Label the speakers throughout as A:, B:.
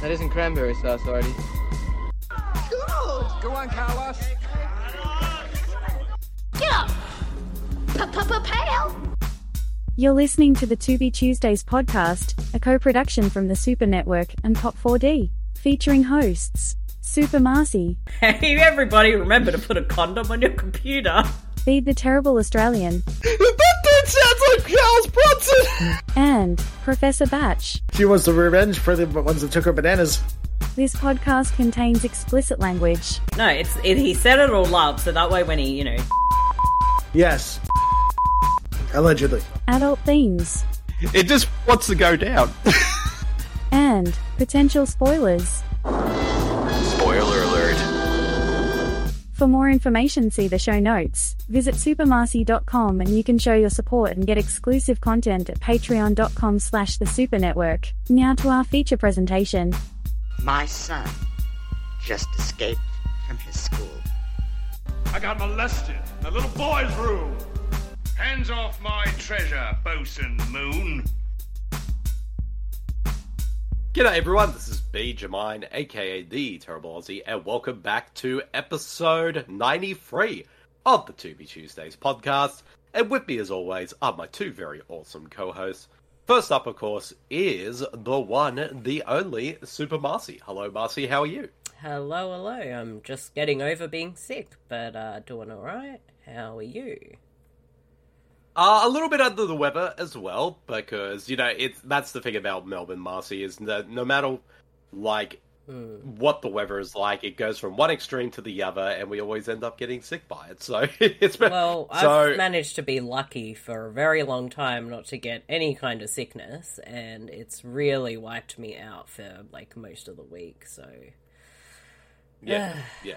A: That isn't cranberry sauce, Artie.
B: Go on, Carlos.
C: Get up! Pa-pa-pa-pale!
D: You're listening to the To Be Tuesdays podcast, a co production from the Super Network and Pop4D, featuring hosts Super Marcy,
E: Hey, everybody, remember to put a condom on your computer.
D: Feed the Terrible Australian,
F: That dude sounds like Charles Bronson!
D: and Professor Batch.
F: She wants the revenge for the ones that took her bananas.
D: This podcast contains explicit language.
E: No, it's it, he said it all love, so that way when he, you know,
F: Yes. Allegedly.
D: adult themes,
G: It just wants to go down.
D: and potential spoilers.
G: Spoiler alert.
D: For more information, see the show notes. Visit supermarcy.com and you can show your support and get exclusive content at patreon.com slash the super network. Now to our feature presentation.
H: My son just escaped from his school.
I: I got molested in a little boy's room. Hands off my treasure, Bosun Moon.
J: G'day everyone, this is B Jamine, aka the Terrible Aussie, and welcome back to episode 93 of the To Be Tuesdays podcast. And with me as always are my two very awesome co-hosts. First up, of course, is the one, the only Super Marcy. Hello Marcy, how are you?
E: hello, hello. I'm just getting over being sick, but uh, doing all right. How are you?
J: Uh, a little bit under the weather as well, because you know it's that's the thing about Melbourne, Marcy, is that no matter like what the weather is like, it goes from one extreme to the other, and we always end up getting sick by it. So it's been
E: Well,
J: so
E: I've managed to be lucky for a very long time not to get any kind of sickness, and it's really wiped me out for like most of the week. So
J: yeah, yeah.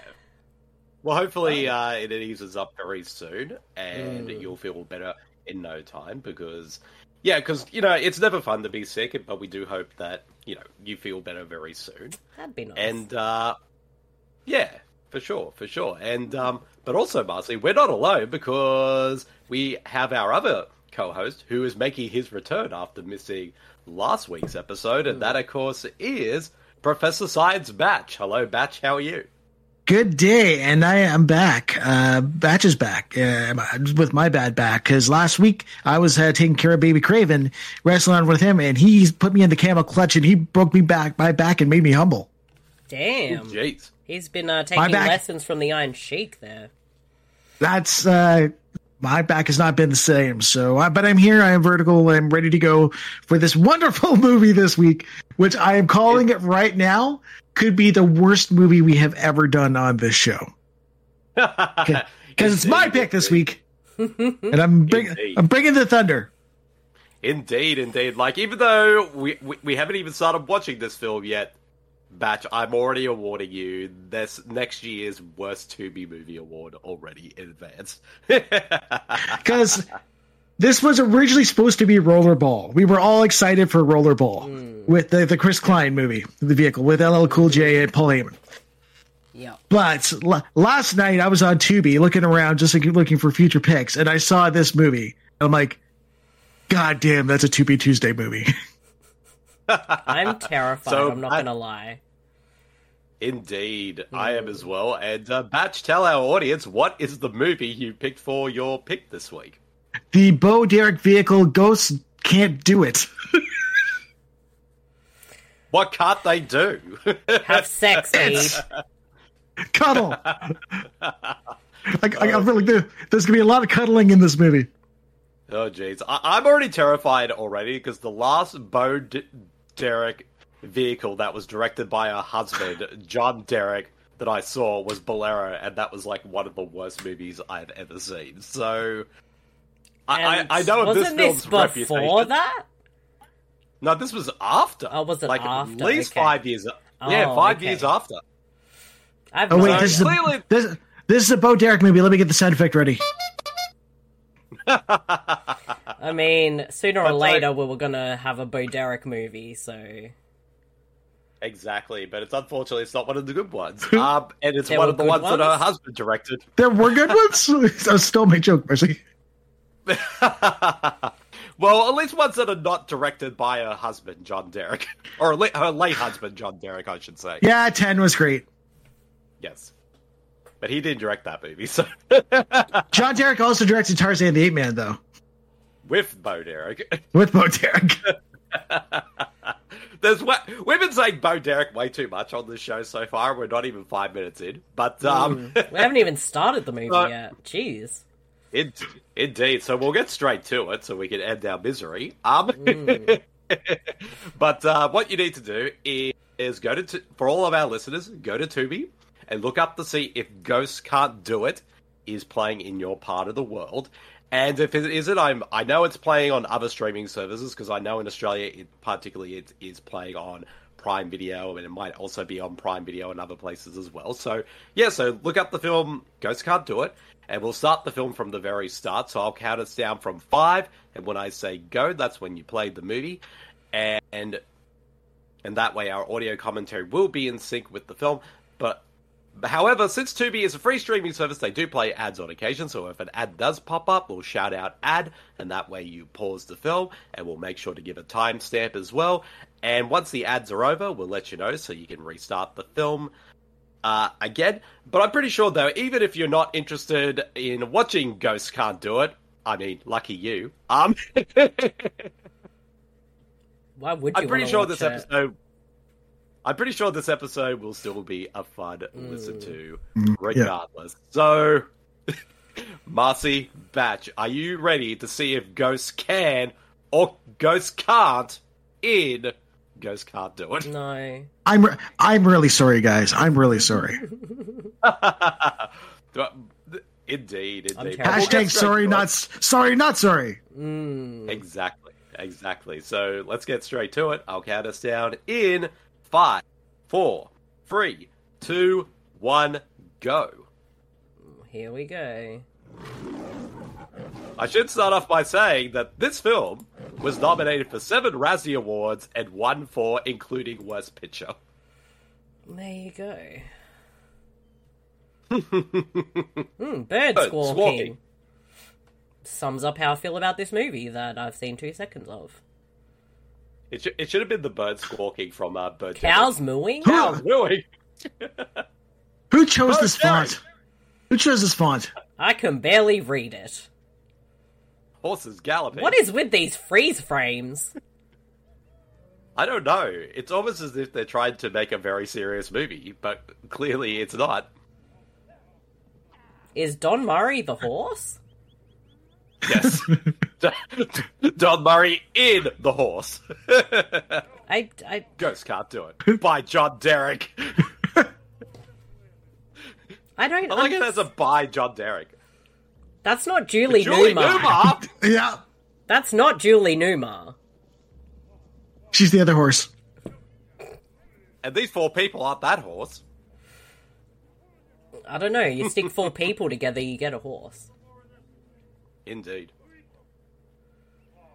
J: Well, hopefully uh, it eases up very soon, and
E: Mm.
J: you'll feel better in no time. Because yeah, because you know it's never fun to be sick, but we do hope that you know you feel better very soon.
E: that'd be nice.
J: And uh, yeah, for sure, for sure. And um, but also, Marcy, we're not alone because we have our other co-host who is making his return after missing last week's episode,
K: Hmm.
J: and that, of course, is Professor Science Batch. Hello, Batch. How are you?
K: Good day, and I am back. Uh, Batch is back uh, with my bad back because last week I was uh, taking care of Baby Craven, wrestling with him, and he put me in the camel clutch and he broke me back my back and made me humble.
E: Damn,
J: Jeez.
E: he's been uh, taking
K: back-
E: lessons from the Iron Sheik there.
K: That's uh, my back has not been the same. So, I, but I'm here. I am vertical. I'm ready to go for this wonderful movie this week, which I am calling it right now. Could be the worst movie we have ever done on this show.
J: Because
K: because it's my pick this week, and I'm bring,
J: Indeed.
K: I'm bringing the thunder.
J: Indeed, indeed. Like, even though we, we we haven't even started watching this film yet, Batch, I'm already awarding you this next year's worst to be movie award already in advance.
K: because this was originally supposed to be Rollerball. We were all excited for Rollerball with the, the Chris Klein movie, the vehicle with LL Cool J and Paul Heyman.
E: Yeah.
K: But l- last night I was on Tubi looking around, just like looking for future picks, and I saw this movie. I'm like, God damn, that's a Tubi Tuesday movie.
E: I'm terrified.
J: So,
E: I'm not
J: I-
E: going to lie.
J: indeed, I am as well. And uh, Batch, tell our audience what is the movie you picked for your pick this week?
K: the Bo Derek vehicle ghosts can't do it.
J: What can't they do?
E: Have sex, Abe.
K: Cuddle. like, I, I feel like there, there's gonna be a lot of cuddling in this movie.
J: Oh jeez, I- I'm already terrified already because the last Bo D- Derek vehicle that was directed by her husband John Derek that I saw was Bolero, and that was like one of the worst movies I've ever seen. So I, I,
E: And
J: I know of this
E: wasn't
J: film's
E: before
J: reputation.
E: that?
J: No, this was after.
E: Oh, was it
J: like
E: after?
J: at least
E: Okay.
J: five years? yeah,
E: Oh,
J: five
E: okay.
J: years after.
E: I've
K: Oh wait,
E: no
K: this is,
J: clearly-
K: a, this, this is a Bo Derek movie. Let me get the sound effect ready.
E: I mean, sooner or
J: But, like-
E: later we were gonna have a Bo Derek movie, so
J: Exactly, but it's unfortunately it's not one of the good ones, um, and it's
E: There
J: one
E: were
J: of the
E: good
J: ones, that her
E: ones?
J: husband directed.
K: There were good ones. I stole my joke, Mercy.
J: Well, at least ones that are not directed by her husband, John Derek, or la- her late husband, John Derek, I should say.
K: Yeah, 10 was great.
J: Yes, but he didn't direct that movie, so
K: John Derek also directed Tarzan the Ape Man, though,
J: with Bo Derek.
K: with Bo Derek.
J: There's wa we've been saying Bo Derek way too much on this show so far. We're not even five minutes in, but um,
E: We haven't even started the movie
J: Uh,
E: yet. Jeez.
J: It, indeed. So we'll get straight to it so we can end our misery. Um, but uh, what you need to do is, is go to, Tu- for all of our listeners, go to Tubi and look up to see if Ghosts Can't Do It is playing in your part of the world. And if it isn't, I'm, I know it's playing on other streaming services because I know in Australia, it, particularly, it is playing on Prime Video and it might also be on Prime Video and other places as well. So, yeah, so look up the film Ghosts Can't Do It and we'll start the film from the very start. So I'll count us down from five, and when I say go, that's when you played the movie, and and that way our audio commentary will be in sync with the film. But however, since Tubi is a free streaming service, they do play ads on occasion. So if an ad does pop up, we'll shout out ad, and that way you pause the film, and we'll make sure to give a timestamp as well. And once the ads are over, we'll let you know so you can restart the film uh, again. But I'm pretty sure, though, even if you're not interested in watching Ghosts Can't Do It, I mean, lucky you. Um,
E: Why would you?
J: I'm pretty
E: wanna
J: sure
E: watch
J: this
E: it?
J: episode. I'm pretty sure this episode will still be a fun
E: Mm.
J: listen to,
K: Mm,
J: regardless. So, Marcy Batch, are you ready to see if Ghosts can or Ghosts can't in Ghosts Can't Do It?
E: No.
K: I'm re- I'm really sorry, guys. I'm really sorry.
J: Do I- Indeed,
E: I'm
J: indeed. But we'll
E: terrible.
J: get
K: Hashtag
J: straight
K: sorry,
J: to it.
K: not s- sorry, not sorry.
J: Exactly. Exactly. So let's get straight to it. I'll count us down in five, four, three, two, one, go.
E: Here we go.
J: I should start off by saying that this film was nominated for seven Razzie Awards and one for including Worst Picture.
E: There you go. mm, bird
J: Bird
E: squawking.
J: squawking.
E: Sums up how I feel about this movie that I've seen two seconds of.
J: It, should it should have been the bird squawking from uh, Bird
E: Cows mooing?
J: Cows mooing.
K: Who chose
J: Oh,
K: this
J: Derek.
K: font? Who chose this font?
E: I can barely read it.
J: Horses galloping.
E: What is with these freeze frames?
J: I don't know. It's almost as if they're trying to make a very serious movie, but clearly it's not.
E: Is Don Murray the horse?
J: Yes. Don Murray in The Horse.
E: I, I,
J: Ghost Can't Do It by John Derek.
E: I don't
J: I like it as a by John Derek.
E: That's not Julie,
J: Julie
E: Newmar.
J: Newmar.
K: Yeah,
E: That's not Julie Newmar.
K: she's the other horse.
J: And these four people aren't that horse.
E: I don't know. You stick four people together, you get a horse.
J: Indeed.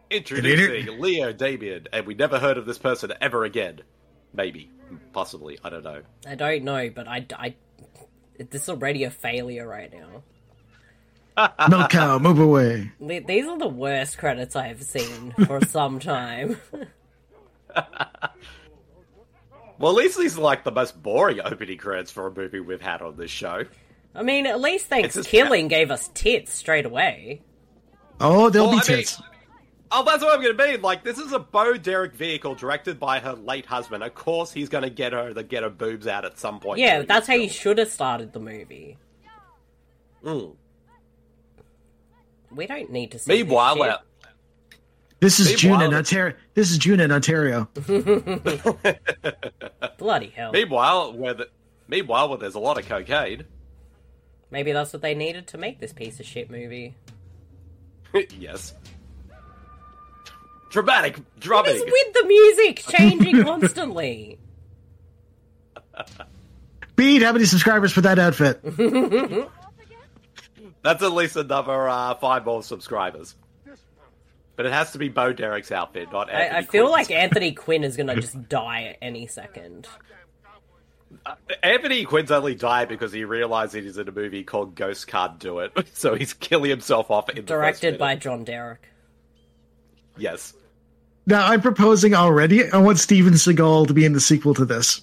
J: Introducing Leo Damien, and we never heard of this person ever again. Maybe. Possibly. I don't know.
E: I don't know, but I, I this is already a failure right now.
K: Milk cow, move away.
E: Th- These are the worst credits I have seen for some time.
J: Well, at least these are like the most boring opening credits for a movie we've had on this show.
E: I mean, at least thanks
J: just-
E: killing gave us tits straight away.
K: Oh, there'll
J: Well,
K: be
J: I mean-
K: tits.
J: Oh, that's what I'm going to mean. Like, this is a Bo Derek vehicle directed by her late husband. Of course, he's going to get her to get her boobs out at some point.
E: Yeah,
J: during
E: that's how
J: this
E: you should have started the movie.
J: film. Mm.
E: We don't need to see. this
J: Meanwhile,
E: shit.
J: well,
K: This is
J: Meanwhile-
K: June in Ontario. This is June in Ontario.
J: uh,
E: bloody hell.
J: meanwhile, where the, meanwhile, where there's a lot of cocaine.
E: Maybe that's what they needed to make this piece of shit movie.
J: yes. Dramatic drumming.
E: What is with the music changing constantly?
K: Beat, how many subscribers for that outfit?
J: That's at least another uh, five more subscribers. But it has to be Bo Derek's outfit, not
E: I,
J: Anthony
E: I feel
J: Quinn's.
E: like Anthony Quinn is gonna just die at any second.
J: Anthony Quinn's only died because he realized that he's in a movie called Ghost Can't Do It, so he's killing himself off. In the first
E: Directed by
J: minute.
E: John Derek.
J: Yes.
K: Now I'm proposing already. I want Steven Seagal to be in the sequel to this.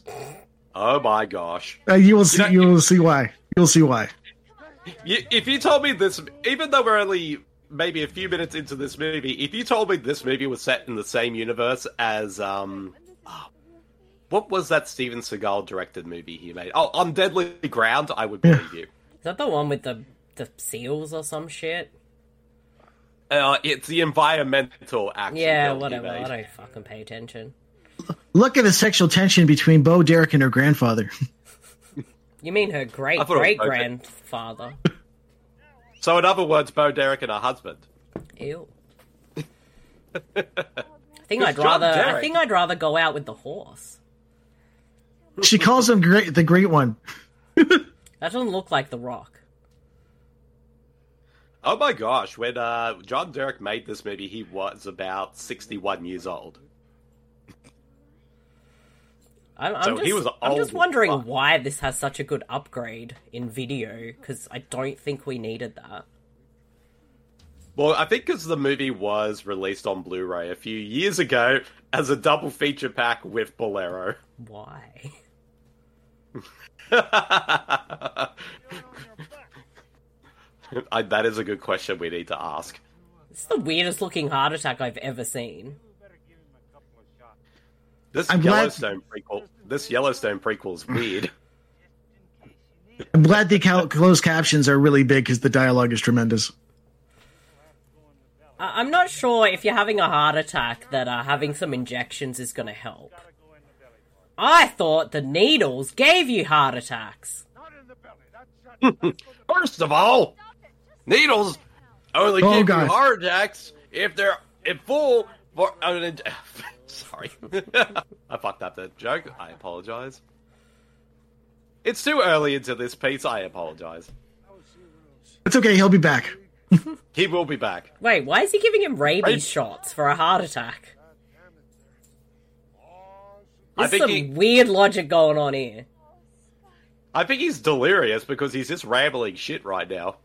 J: Oh my gosh.
K: Uh, you will see.
J: know,
K: You,
J: you-
K: will see why. You'll see why.
J: You, if you told me this, even though we're only maybe a few minutes into this movie, if you told me this movie was set in the same universe as um, ah, what was that Steven Seagal directed movie he made? Oh, on Deadly Ground, I would believe you.
E: Is that the one with the the seals or some shit?
J: Uh, it's the environmental action.
E: Yeah,
J: film he
E: whatever.
J: made.
E: I don't fucking pay attention.
K: Look at the sexual tension between Bo Derek and her grandfather.
E: You mean her great
J: I thought
E: great
J: it was both.
E: grandfather?
J: So, in other words, Bo Derek and her husband.
E: Ew. I think
J: It's
E: I'd
J: John
E: rather. I
J: Derek.
E: think I'd rather go out with the horse.
K: She calls him great, the great one.
E: That doesn't look like the Rock.
J: Oh my gosh! When uh, John Derek made this movie, he was about sixty-one years old.
E: I'm, I'm
J: So
E: just,
J: he was
E: I'm
J: old
E: just
J: as
E: wondering
J: fuck.
E: why this has such a good upgrade in video because I don't think we needed that.
J: Well, I think because the movie was released on Blu-ray a few years ago as a double feature pack with Bolero.
E: Why?
J: I, that is a good question we need to ask.
E: It's the weirdest looking heart attack I've ever seen.
J: This
K: I'm glad-
J: Yellowstone prequel. This Yellowstone prequel is weird.
K: I'm glad the cal- closed captions are really big because the dialogue is tremendous.
E: I- I'm not sure if you're having a heart attack that uh, having some injections is going to help. I thought the needles gave you heart attacks.
J: First of all, needles only
K: Oh,
J: give
K: God.
J: you heart attacks if they're in full. For, I mean, sorry, I fucked up that joke. I apologize. It's too early into this piece. I apologize.
K: It's okay. He'll be back.
J: He will be back.
E: Wait, why is he giving him rabies
J: Right.
E: shots for a heart attack?
J: I
E: There's
J: think
E: some
J: he,
E: weird logic going on here.
J: I think he's delirious because he's just rambling shit right now.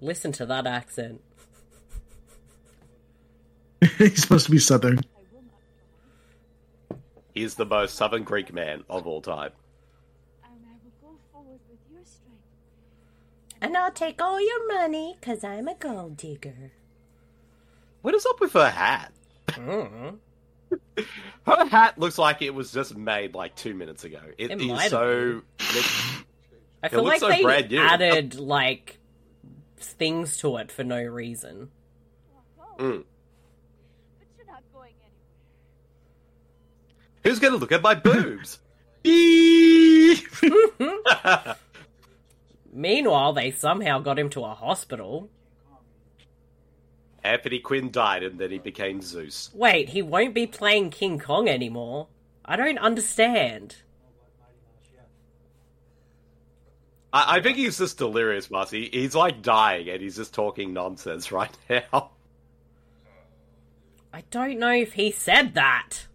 E: Listen to that accent.
K: He's supposed to be southern.
J: He's the most southern Greek man of all time.
C: And I will go forward with your strength.
E: And I'll take all your money because I'm a gold digger.
J: What is up with her hat?
E: Mm-hmm.
J: her hat looks like it was just made like two minutes ago. It
E: It
J: is
E: might have
J: so.
E: I feel
J: looks
E: like
J: so
E: they
J: brand new.
E: added like things to it for no reason.
J: Mm.
C: But you're not going anywhere.
J: Who's going to look at my boobs?
E: Meanwhile, they somehow got him to a hospital.
J: Anthony Quinn died and then he became Zeus.
E: Wait, he won't be playing King Kong anymore. I don't understand.
J: I, I think he's just delirious, Marcy. He's like dying and he's just talking nonsense right now.
E: I don't know if he said that.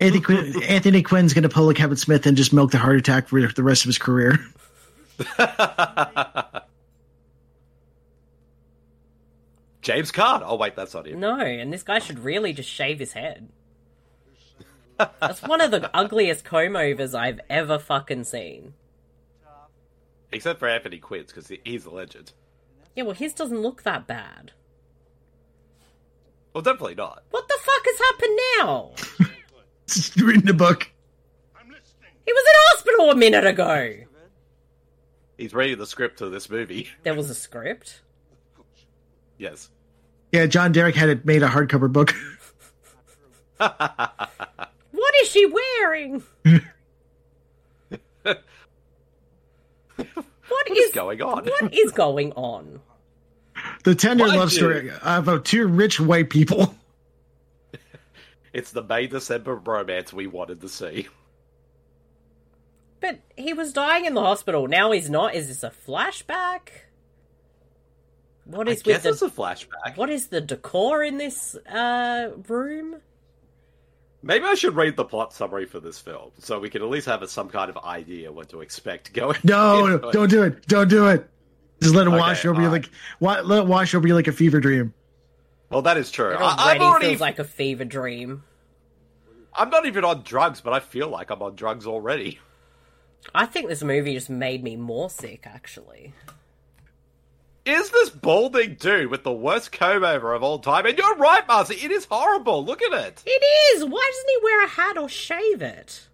K: Anthony, Quinn, Anthony Quinn's going to pull a Kevin Smith and just milk the heart attack for the rest of his career.
J: James Carter. Oh, wait, that's not him.
E: No, and this guy should really just shave his head. That's one of the ugliest comb overs I've ever fucking seen.
J: Except for Anthony Quinn's because he's a legend.
E: Yeah, well, his doesn't look that bad.
J: Well, definitely not.
E: What the fuck has happened now?
K: Just reading the book.
I: I'm listening.
E: He was in hospital a minute ago.
J: He's reading the script of this movie.
E: There was a script.
J: Yes.
K: Yeah, John Derek had it made a hardcover book.
E: What is she wearing? what
J: What is
E: is
J: going on?
E: What is going on?
K: The tender
J: Mind
K: love
J: you.
K: story about two rich white people.
J: It's the May December romance we wanted to see.
E: But he was dying in the hospital. Now he's not. Is this a flashback? What
J: I
E: is
J: guess
E: with the
J: it's a flashback.
E: what is the decor in this uh room?
J: Maybe I should read the plot summary for this film so we can at least have a, some kind of idea what to expect going.
K: No,
J: into
K: no,
J: it.
K: don't do it. Don't do it. Just let it
J: Okay,
K: wash over you
J: alright.
K: like wa- let it wash over you like a fever dream.
J: Well, that is true.
E: It
J: I,
E: already
J: I'm already.
E: feels like a fever dream.
J: I'm not even on drugs, but I feel like I'm on drugs already.
E: I think this movie just made me more sick, actually.
J: Is this balding dude with the worst comb over of all time? And you're right, Marcy. It is horrible. Look at it.
E: It is! Why doesn't he wear a hat or shave it?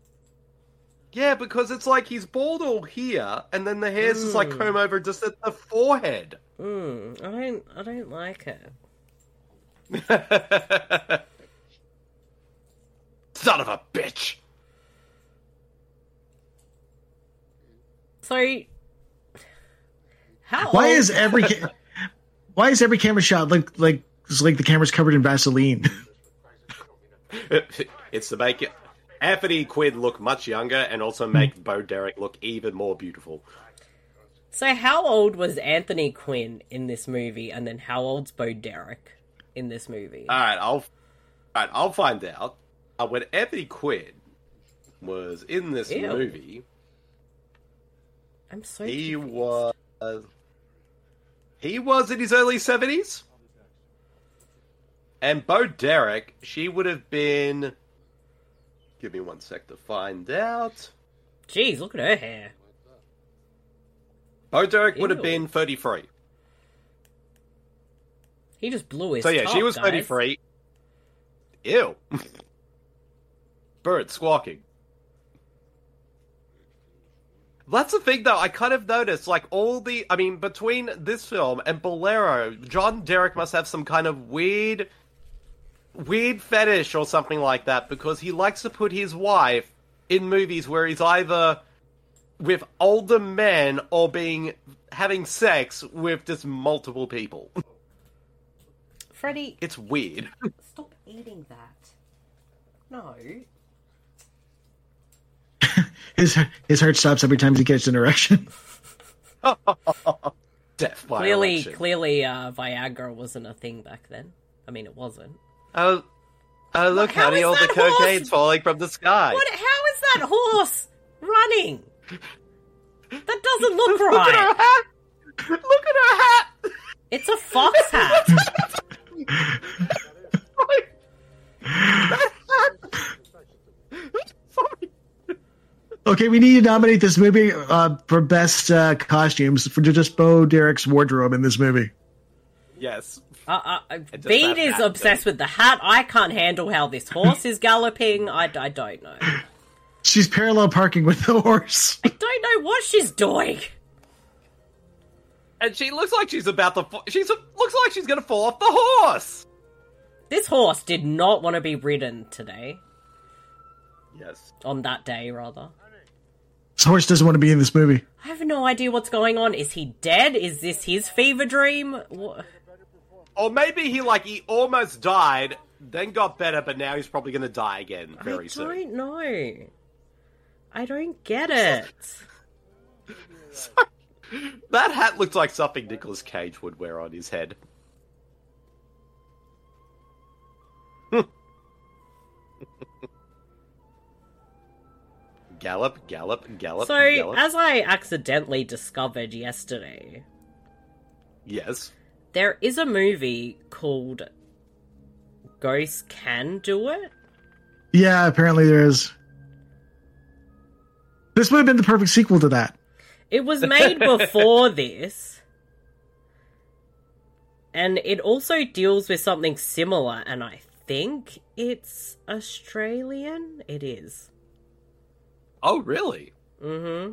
J: Yeah, because it's like he's bald all here, and then the hair's just
E: Hmm.
J: like comb over just at the forehead.
E: I don't I don't like it.
J: Son of a bitch.
E: So how
K: Why
E: old-
K: is every ca- why is every camera shot like like it's like the camera's covered in Vaseline?
J: it's to make it Anthony Quinn look much younger and also make Bo Derek look even more beautiful.
E: So how old was Anthony Quinn in this movie and then how old's Bo Derek in this movie?
J: All right, I'll all right, I'll find out. Uh, when Anthony Quinn was in this
E: Ew.
J: movie,
E: I'm so
J: he
E: confused.
J: was he was in his early seventies, and Bo Derek she would have been. Give me one sec to find out.
E: Jeez, look at her hair.
J: Bo Derek would have
E: Ew.
J: been thirty-three.
E: He just blew his
J: So yeah, she
E: top,
J: was
E: guys.
J: 33. Ew. Bird squawking. That's the thing, though. I kind of noticed, like all the, I mean, between this film and Bolero, John Derek must have some kind of weird, weird fetish or something like that because he likes to put his wife in movies where he's either with older men or being having sex with just multiple people.
E: Freddy,
J: It's weird.
E: stop eating that. No.
K: His his heart stops every time he gets an erection.
J: death by
E: Clearly
J: election.
E: clearly uh, Viagra wasn't a thing back then. I mean it wasn't.
J: Oh, oh look,
E: How
J: honey,
E: is
J: all the
E: that horse-
J: cocaine's falling from the sky.
E: What how is that horse running? That doesn't look
J: Look at her
E: right.
J: hat! Look at her hat!
E: It's a fox hat.
J: Sorry.
K: Okay, we need to nominate this movie uh, for best uh, costumes for just Bo Derek's wardrobe in this movie.
J: Yes.
E: Uh, uh,
J: just
E: Beat
J: that
E: is
J: hat
E: obsessed with the hat. I can't handle how this horse is galloping. I, I don't know. I
K: She's parallel parking with the horse.
E: don't know what she's doing.
J: And she looks like she's about to. Fa- she's looks like she's gonna fall off the horse.
E: This horse did not want to be ridden today.
J: Yes.
E: On that day, rather.
K: This horse doesn't want to be in this movie.
E: I have no idea what's going on. Is he dead? Is this his fever dream? Wha
J: Or maybe he like he almost died, then got better, but now he's probably gonna die again
E: I
J: very
E: don't
J: soon.
E: know. I don't get it.
J: That hat looks like something Nicolas Cage would wear on his head. gallop, gallop, gallop,
E: So,
J: gallop.
E: as I accidentally discovered yesterday,
J: yes.
E: there is a movie called Ghosts Can Do It.
K: Yeah, apparently there is. This would have been the perfect sequel to that.
E: It was made before this. And it also deals with something similar, and I think it's Australian. It is.
J: Oh, really?
E: Mm-hmm.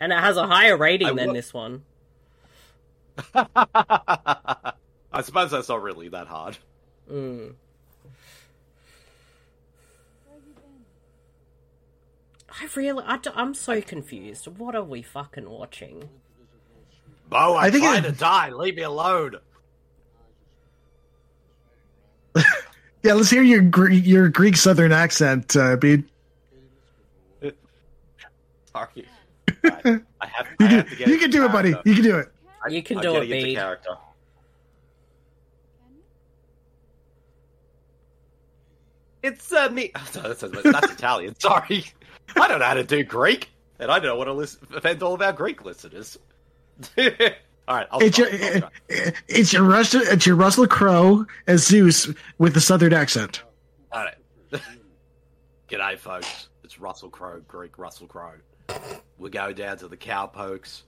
E: And it has a higher rating
J: I
E: than
J: wa-
E: this one.
J: I suppose that's not really that hard.
E: Mm. I really, I d- I'm so confused. What are we fucking watching?
J: Bo, I'm
K: I think
J: trying
K: it-
J: to die. Leave me alone.
K: Yeah, let's hear your Gre- your Greek Southern accent, uh, Bede.
J: Sorry. Right. I have, I have to get
K: You
J: into
K: can do it, buddy.
J: character.
K: You can do it.
E: You can
J: I'm
E: do it,
J: getting into
E: Bede.
J: character. It's uh, me. Oh, no, that's, that's Italian. Sorry, I don't know how to do Greek, and I don't want to listen, offend all of our Greek listeners. All right, I'll
K: It's your,
J: stop, I'll stop.
K: it's your Russell, it's your Russell Crowe as Zeus with the Southern accent.
J: All right. G'day, folks. It's Russell Crowe, Greek Russell Crowe. We go down to the cowpokes,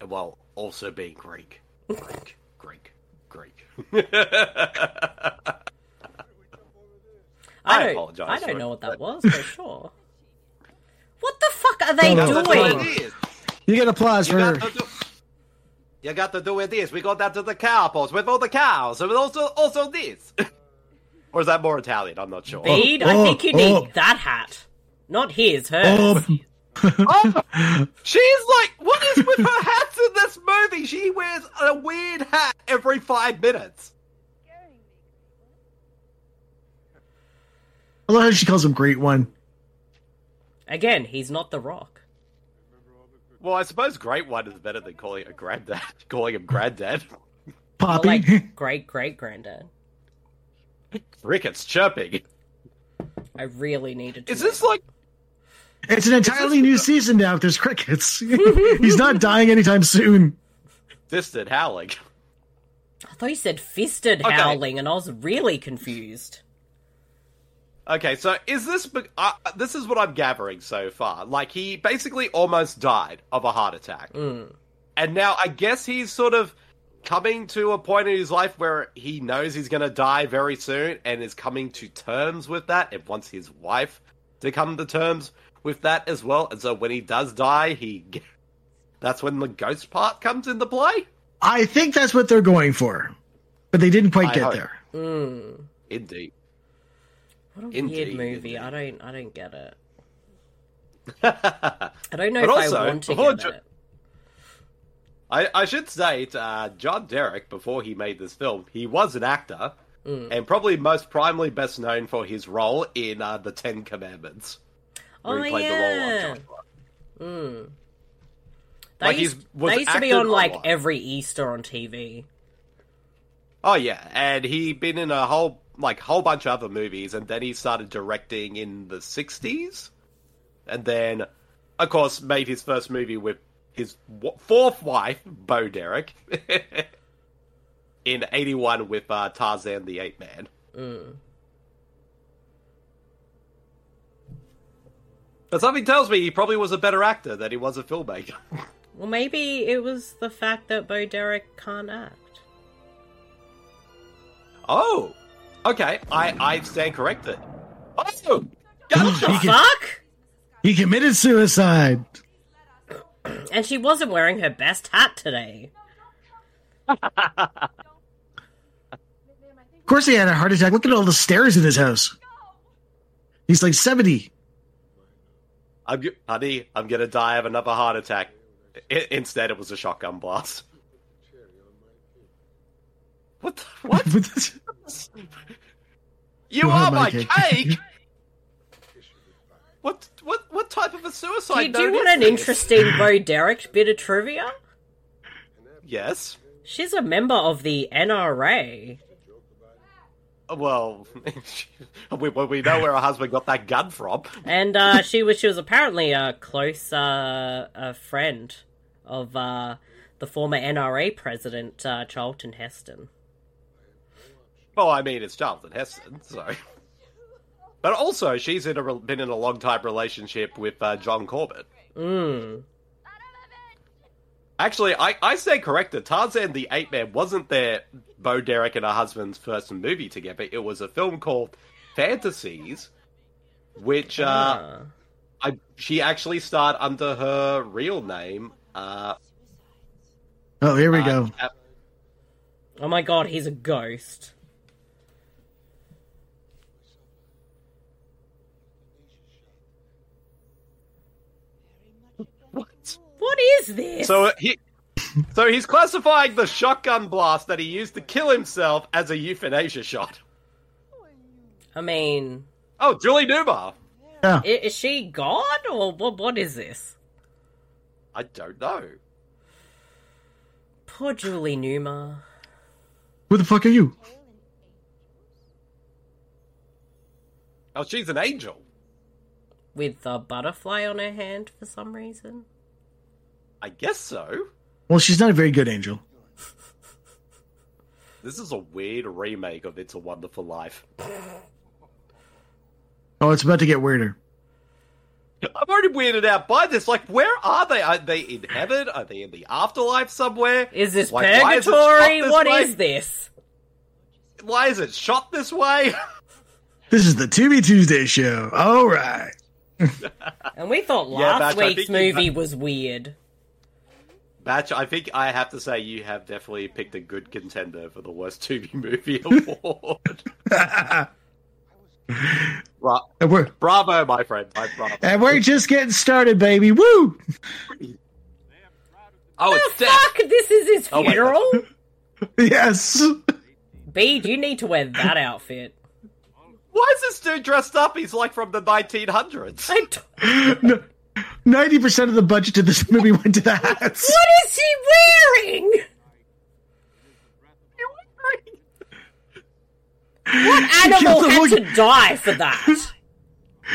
J: and while also being Greek, Greek, Greek, Greek.
E: I,
J: I
E: don't,
J: apologize
E: I don't
J: for
E: know
J: it,
E: what that
J: but-
E: was for sure. What the fuck are they
K: No, no,
J: That's what
E: doing?
J: it is.
K: You get applause
J: You
K: for
J: got to do. You got to do with this. We go down to the cowpokes with all the cows, and also also this. or is that more Italian? I'm not sure.
E: Bede, I
K: Oh,
E: think you
K: oh,
E: need
K: oh.
E: that hat, not his, hers.
K: Oh,
J: Oh, she's like, what is with her hats in this movie? She wears a weird hat every five minutes.
K: I love how she calls him Great One.
E: Again, he's not the Rock.
J: Well, I suppose Great One is better than calling it a granddad. Calling him granddad.
E: Or
K: Poppy.
E: like great great granddad.
J: Crickets chirping.
E: I really needed to.
J: Is
E: know
J: this
E: that.
J: like?
K: It's an entirely new season now. If there's crickets, he's not dying anytime soon.
J: Distant howling.
E: I thought you said fisted
J: Okay.
E: howling, and I was really confused.
J: Okay, so is this be- uh, this is what I'm gathering so far? Like he basically almost died of a heart attack, and now I guess he's sort of coming to a point in his life where he knows he's going to die very soon, and is coming to terms with that, and wants his wife to come to terms with that as well. And so when he does die, he g- that's when the ghost part comes into play.
K: I think that's what they're going for, but they didn't quite
J: I
K: get
J: hope.
K: there.
J: Indeed.
E: What a weird
J: Indeed,
E: movie.
J: indeed.
E: I don't. I don't get it. I don't know
J: But
E: if
J: also,
E: I want to
J: before
E: get
J: Jo-
E: it.
J: I, I should say, uh, John Derek, before he made this film, he was an actor,
E: Mm.
J: and probably most primarily best known for his role in uh, The Ten Commandments.
E: Oh
J: where he played the
E: yeah,
J: role of Joshua.
E: they
J: Like,
E: used,
J: he's- was
E: they used to be
J: acted
E: on
J: a
E: like
J: lot.
E: every Easter on TV.
J: Oh yeah, and he been in a whole like whole bunch of other movies, and then he started directing in the '60s, and then, of course, made his first movie with his w- fourth wife, Bo Derek, in '81 with uh, Tarzan the Ape Man. But something tells me he probably was a better actor than he was a filmmaker.
E: Well, maybe it was the fact that Bo Derek can't act.
J: oh, okay, I I stand corrected. Oh, gotcha.
K: He, co-
E: Fuck!
K: he committed suicide.
E: And she wasn't wearing her best hat today.
K: Of course, he had a heart attack. Look at all the stairs in his house. He's like seventy.
J: I'm, g- honey, I'm gonna die of another heart attack. I- instead, it was a shotgun blast. What? The, what? You
K: Well,
J: are my
K: my cake.
J: cake. what? What? What type of a
E: Do
J: suicide?
E: you, do
J: note
E: you want
J: is
E: an
J: this?
E: interesting Bo Derek bit of trivia?
J: Yes.
E: She's a member of the NRA.
J: Well, we, well, we know where her husband got that gun from.
E: and uh, she was she was apparently a close uh, a friend of uh, the former NRA president uh, Charlton Heston.
J: Well, I mean, it's Charlton Heston, so. But also, she's in a, re- been in a long time relationship with uh, John Corbett.
E: Mm.
J: Actually, I, I say corrected. Tarzan the Ape Man wasn't their Bo Derek and her husband's first movie together. It was a film called Fantasies, which uh,
E: Ah.
J: I, she actually starred under her real name. Uh,
K: Oh, here we go.
J: uh,
E: oh my god, he's a ghost.
J: what?
E: What is this?
J: So uh, he, so he's classifying the shotgun blast that he used to kill himself as a euthanasia shot.
E: I mean,
J: Oh, Julie Newmar. Uh,
E: i- is she God or what? What is this?
J: I don't know.
E: Poor Julie Numa.
K: Who the fuck are you?
J: Oh, she's an angel.
E: With a butterfly on her hand for some reason.
J: I guess so.
K: Well, she's not a very good angel.
J: This is a weird remake of It's a Wonderful Life.
K: Oh, it's about to get weirder.
J: I'm already weirded out by this. Like, where are they? Are they in heaven? Are they in the afterlife somewhere?
E: Is this
J: Like, why is it shot
E: purgatory?
J: this
E: What
J: way?
E: is this?
J: Why is it shot this way?
K: This is the To Be Tuesday show. All right.
E: And we thought
J: Yeah,
E: last
J: Batch, I
E: week's
J: think you-
E: movie was weird.
J: Batch, I think I have to say you have definitely picked a good contender for the worst TV movie award. Bra-
K: And we're,
J: bravo, my friend. My bravo.
K: and we're just getting started, baby. Woo!
J: Oh,
E: The
J: it's death.
E: fuck? This is his
J: Oh my
E: funeral?
K: Yes.
E: Bede, you need to wear that outfit.
J: Why is this dude dressed up? He's like from the 1900s.
E: I t-
K: 90% of the budget to this movie went to the hats.
E: what is he wearing? What animal
K: killed the
E: had
K: monkey.
E: to die for that?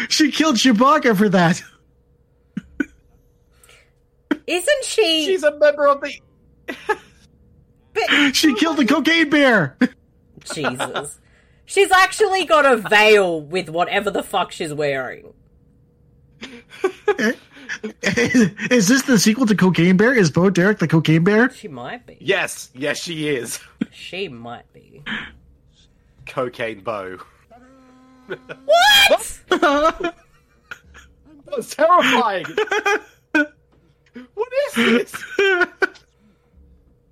K: She killed Chewbacca for that.
E: Isn't she?
J: She's a member of the.
K: She
J: Oh
K: killed the cocaine bear.
E: Jesus. She's actually got a veil with whatever the fuck she's wearing.
K: Is this the sequel to Cocaine Bear? Is Bo Derek the cocaine bear?
E: She might be.
J: Yes, yes, she is.
E: She might be.
J: Cocaine Bow.
E: What?
J: That was terrifying. what is this?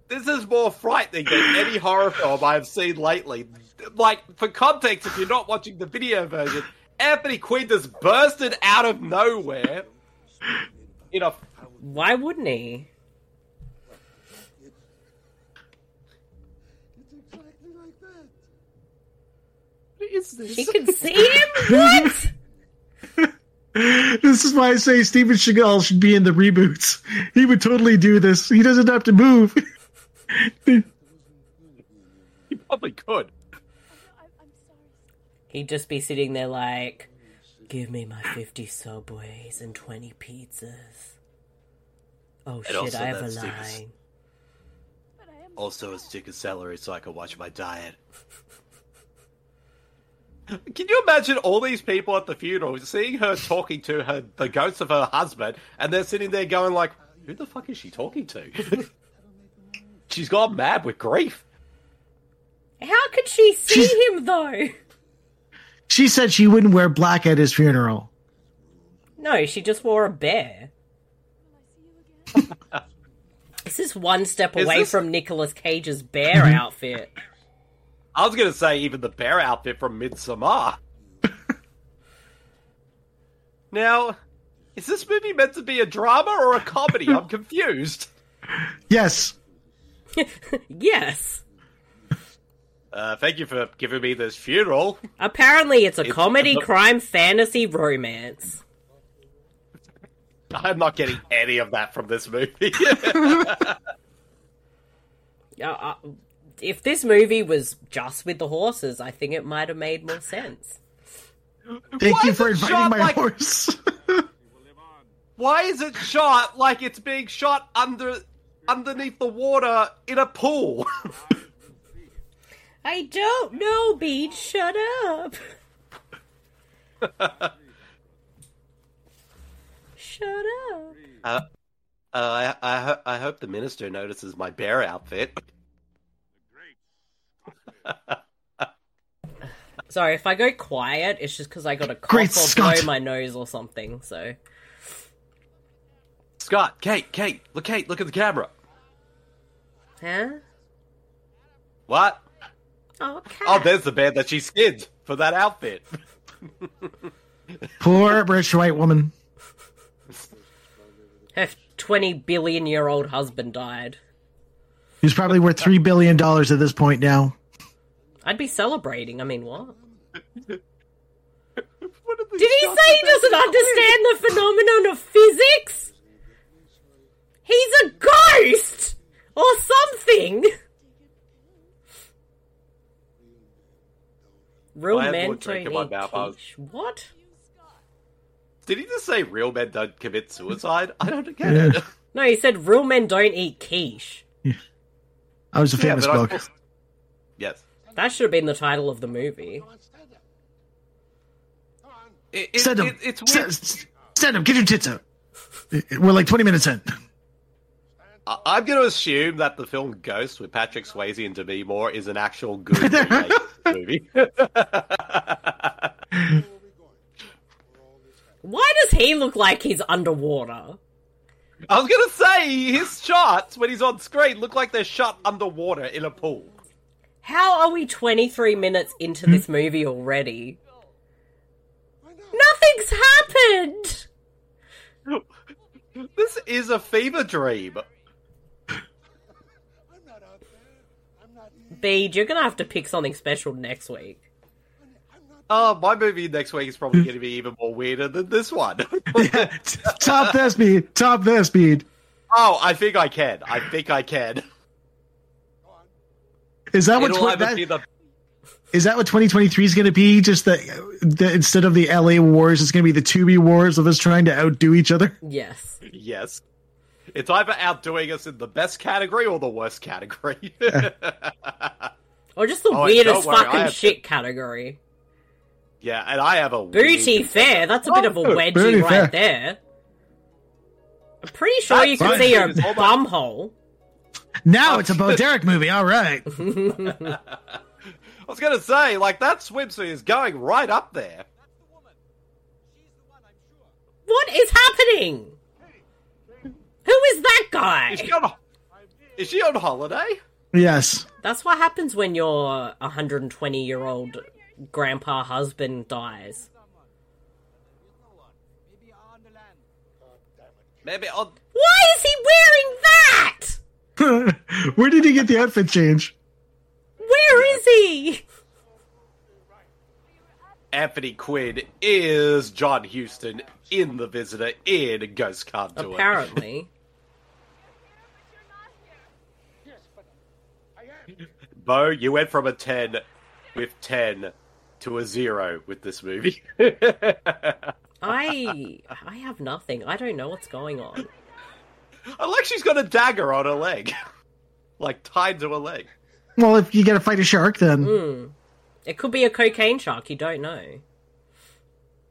J: this is more frightening than any horror film I've seen lately. Like, for context, if you're not watching the video version, Anthony Quinn just bursted out of nowhere in a.
E: Why wouldn't he?
J: What is this?
E: She can see him? What?
K: This is why I say Steven Seagal should be in the reboots. He would totally do this. He doesn't have to move.
J: He probably could.
C: I, I'm sorry.
E: He'd just be sitting there like, give me my 50 Subways and 20 pizzas. Oh shit,
J: also
E: I have a
J: that's the-
E: line.
C: But I am
J: Also, a stick of celery so I can watch my diet. Can you imagine all these people at the funeral seeing her talking to her the ghost of her husband, and they're sitting there going like, "Who the fuck is she talking to?" She's gone mad with grief.
E: How could she see him though?
K: She said she wouldn't wear black at his funeral.
E: No, she just wore a bear. this is one step
J: Is
E: away
J: this-
E: from Nicolas Cage's bear outfit.
J: I was gonna say even the bear outfit from Midsommar. now, is this movie meant to be a drama or a comedy? I'm confused.
K: Yes.
E: Yes.
J: Uh, thank you for giving me this funeral.
E: Apparently, it's a
J: It's-
E: comedy, crime, fantasy, romance.
J: I'm not getting any of that from this movie.
E: Uh, uh, if this movie was just with the horses, I think it might have made more sense.
K: Thank
J: Why
K: you
J: is
K: for
J: it
K: inviting
J: shot
K: my
J: like-
K: horse.
J: Why is it shot like it's being shot under underneath the water in a pool?
E: I don't know, Beach. Shut up. Shut up.
J: Uh, I I, ho- I hope the minister notices my bear outfit.
E: Sorry, if I go quiet, it's just because I got a cough
K: Great
E: or
K: Scott.
E: blow my nose or something. So
J: Scott, Kate, Kate, look, Kate, look at the camera.
E: Huh?
J: What?
E: Oh, cat.
J: Oh, there's the bear that she skinned for that outfit.
K: Poor rich white woman.
E: Her 20 billion year old husband died.
K: He's probably worth $3 billion at this point now.
E: I'd be celebrating. I mean, what?
J: What are these
E: Did he
J: shots
E: say he
J: of
E: doesn't understand the phenomenon of physics? He's a ghost! Or something! Real
J: I have
E: men
J: more drink in
E: don't
J: my
E: eat
J: mouth. I was-
E: quiche. What?
J: Did he just say real men don't commit suicide? I don't get it.
E: No, you said real men don't eat quiche.
K: I was a
J: Yeah,
K: famous
J: but I
K: book.
J: also- Yes.
E: That should have been the title of the movie.
J: It, it,
K: Send him.
J: it- it's
K: Send-
J: weird.
K: s- send him. Get your tits out. We're like 20 minutes in.
J: I- I'm going to assume that the film Ghost with Patrick Swayze and Demi Moore is an actual good remake movie.
E: Why does he look like he's underwater?
J: I was going to say his shots when he's on screen look like they're shot underwater in a pool.
E: How are we 23 minutes into this
J: Hmm?
E: movie already? Nothing's happened!
J: This is a fever dream.
E: Bede, you're gonna have to pick something special next week.
J: Oh, my movie next week is probably going to be even more weirder than this one.
K: Top that speed. Top that speed.
J: oh, I think I can. I think I can.
K: Is that what
J: It'll
K: tw-
J: either
K: that,
J: be the
K: is that what 2023 is going to be? Just that, that instead of the LA wars, it's going to be the 2B wars of us trying to outdo each other.
E: Yes.
J: Yes. It's either outdoing us in the best category or the worst category.
E: Or just the
J: Oh, and
E: weirdest
J: don't worry, I
E: fucking
J: have-
E: shit category.
J: yeah, and I have a
E: Booty
J: weird-
E: fair, that's a bit of a
K: Oh,
E: wedgie
K: booty
E: right
K: fair.
E: there. I'm pretty sure you can
J: fine.
E: see your
J: Hold
E: bum hole.
K: Now it's a Bo Derek movie. All right.
J: I was gonna say, like that swimsuit is going right up there.
E: What is happening? Who is that guy?
J: Is she on? Is she on holiday?
K: Yes.
E: That's what happens when your 120 year old grandpa husband dies.
J: Maybe on.
E: Why is he wearing that?
K: Where did he get the outfit change?
E: Where is he?
J: Anthony Quinn is John Houston in The Visitor in Ghost Can't Do
E: Apparently.
J: It. Bo, you went from a ten with ten to a zero with this movie.
E: I I have nothing. I don't know what's going on.
J: I like she's got a dagger on her leg, like tied to her leg.
K: Well, if you got to fight a shark, then
E: It could be a cocaine shark, you don't know.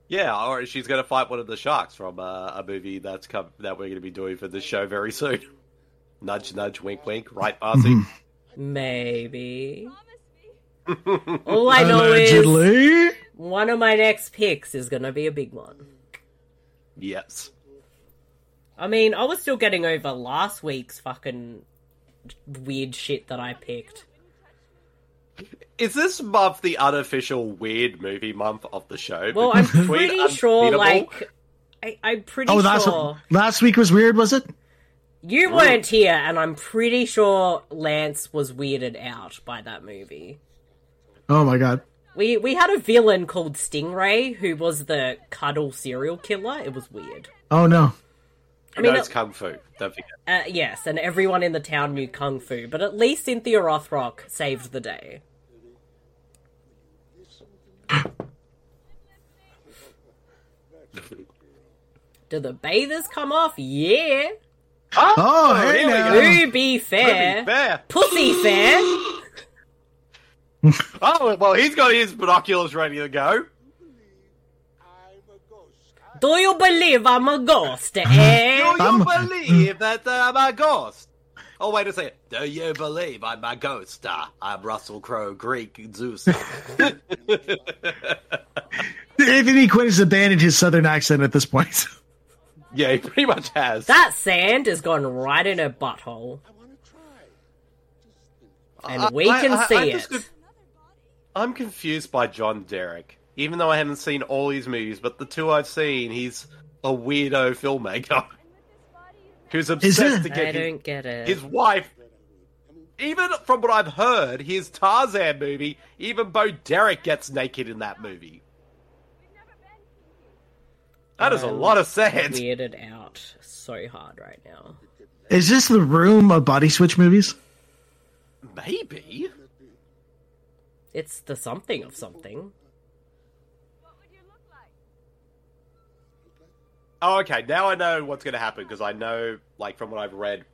J: Yeah, or she's going to fight one of the sharks from uh, a movie that's come that we're going to be doing for this show very soon. Nudge, nudge, wink, wink. Right, Marcy.
K: Mm-hmm.
E: Maybe. All I know is
K: allegedly.
E: one of my next picks is going to be a big one.
J: yes.
E: I mean, I was still getting over last week's fucking weird shit that I picked.
J: Is this month the unofficial weird movie month of the show?
E: Well, I'm
J: Between
E: pretty sure,
J: Unbeatable-
E: like, I, I'm pretty
K: Oh, last
E: sure
K: last week was weird, was it?
E: you weren't here, and I'm pretty sure Lance was weirded out by that movie.
K: Oh my god.
E: We we had a villain called Stingray who was the cuddle serial killer. It was weird.
K: Oh no.
E: I mean,
J: no,
E: uh,
J: it's kung fu. Don't forget.
E: uh, yes, and everyone in the town knew kung fu, but at least Cynthia Rothrock saved the day. Do the bathers come off? Yeah.
J: Oh,
K: Oh, hey
J: here we
K: now.
J: go.
E: To be
J: Pretty
E: fair,
J: fair.
E: pussy fair.
J: Oh well, he's got his binoculars ready to go.
E: Do you believe I'm a ghost? Eh?
J: Do you
K: I'm-
J: believe that I'm a ghost? Oh, wait a second. Do you believe I'm a ghost? Uh, I'm Russell Crowe, Greek Zeus.
K: Anthony Quinn has abandoned his southern accent at this point.
J: yeah, he pretty much has.
E: That sand has gone right in her butthole, and we
J: I-
E: can
J: I-
E: see
J: I'm
E: it.
J: just conf- I'm confused by John Derek. Even though I haven't seen all his movies, but the two I've seen, he's a weirdo filmmaker who's
K: it?
J: obsessed to
E: I
J: get his,
E: don't get it.
J: his wife. Even from what I've heard, his Tarzan movie, even Bo Derek gets naked in that movie. That is a lot of sand.
E: weirded out so hard right now.
K: Is this the room of body switch movies?
J: Maybe.
E: It's the something of something.
J: Oh, okay. Now I know what's going to happen because I know, like, from what I've read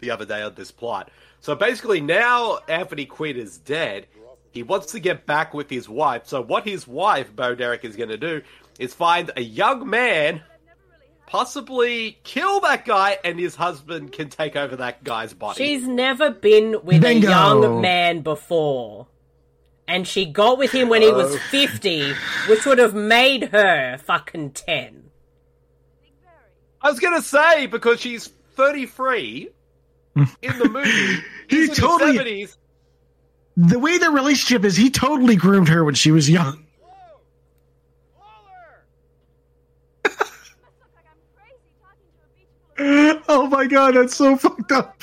J: the other day on this plot. So basically, now Anthony Quinn is dead. He wants to get back with his wife. So what his wife, Bo Derek, is going to do is find a young man, possibly kill that guy, and his husband can take over that guy's body.
E: She's never been with
K: Bingo.
E: a young man before. And she got with him when he
J: Oh.
E: was 50, which would have made her fucking 10.
J: I was gonna say because she's 33 in the movie. He's in
K: totally-
J: his 70s.
K: The way their relationship is, he totally groomed her when she was young. oh my god, that's so fucked up.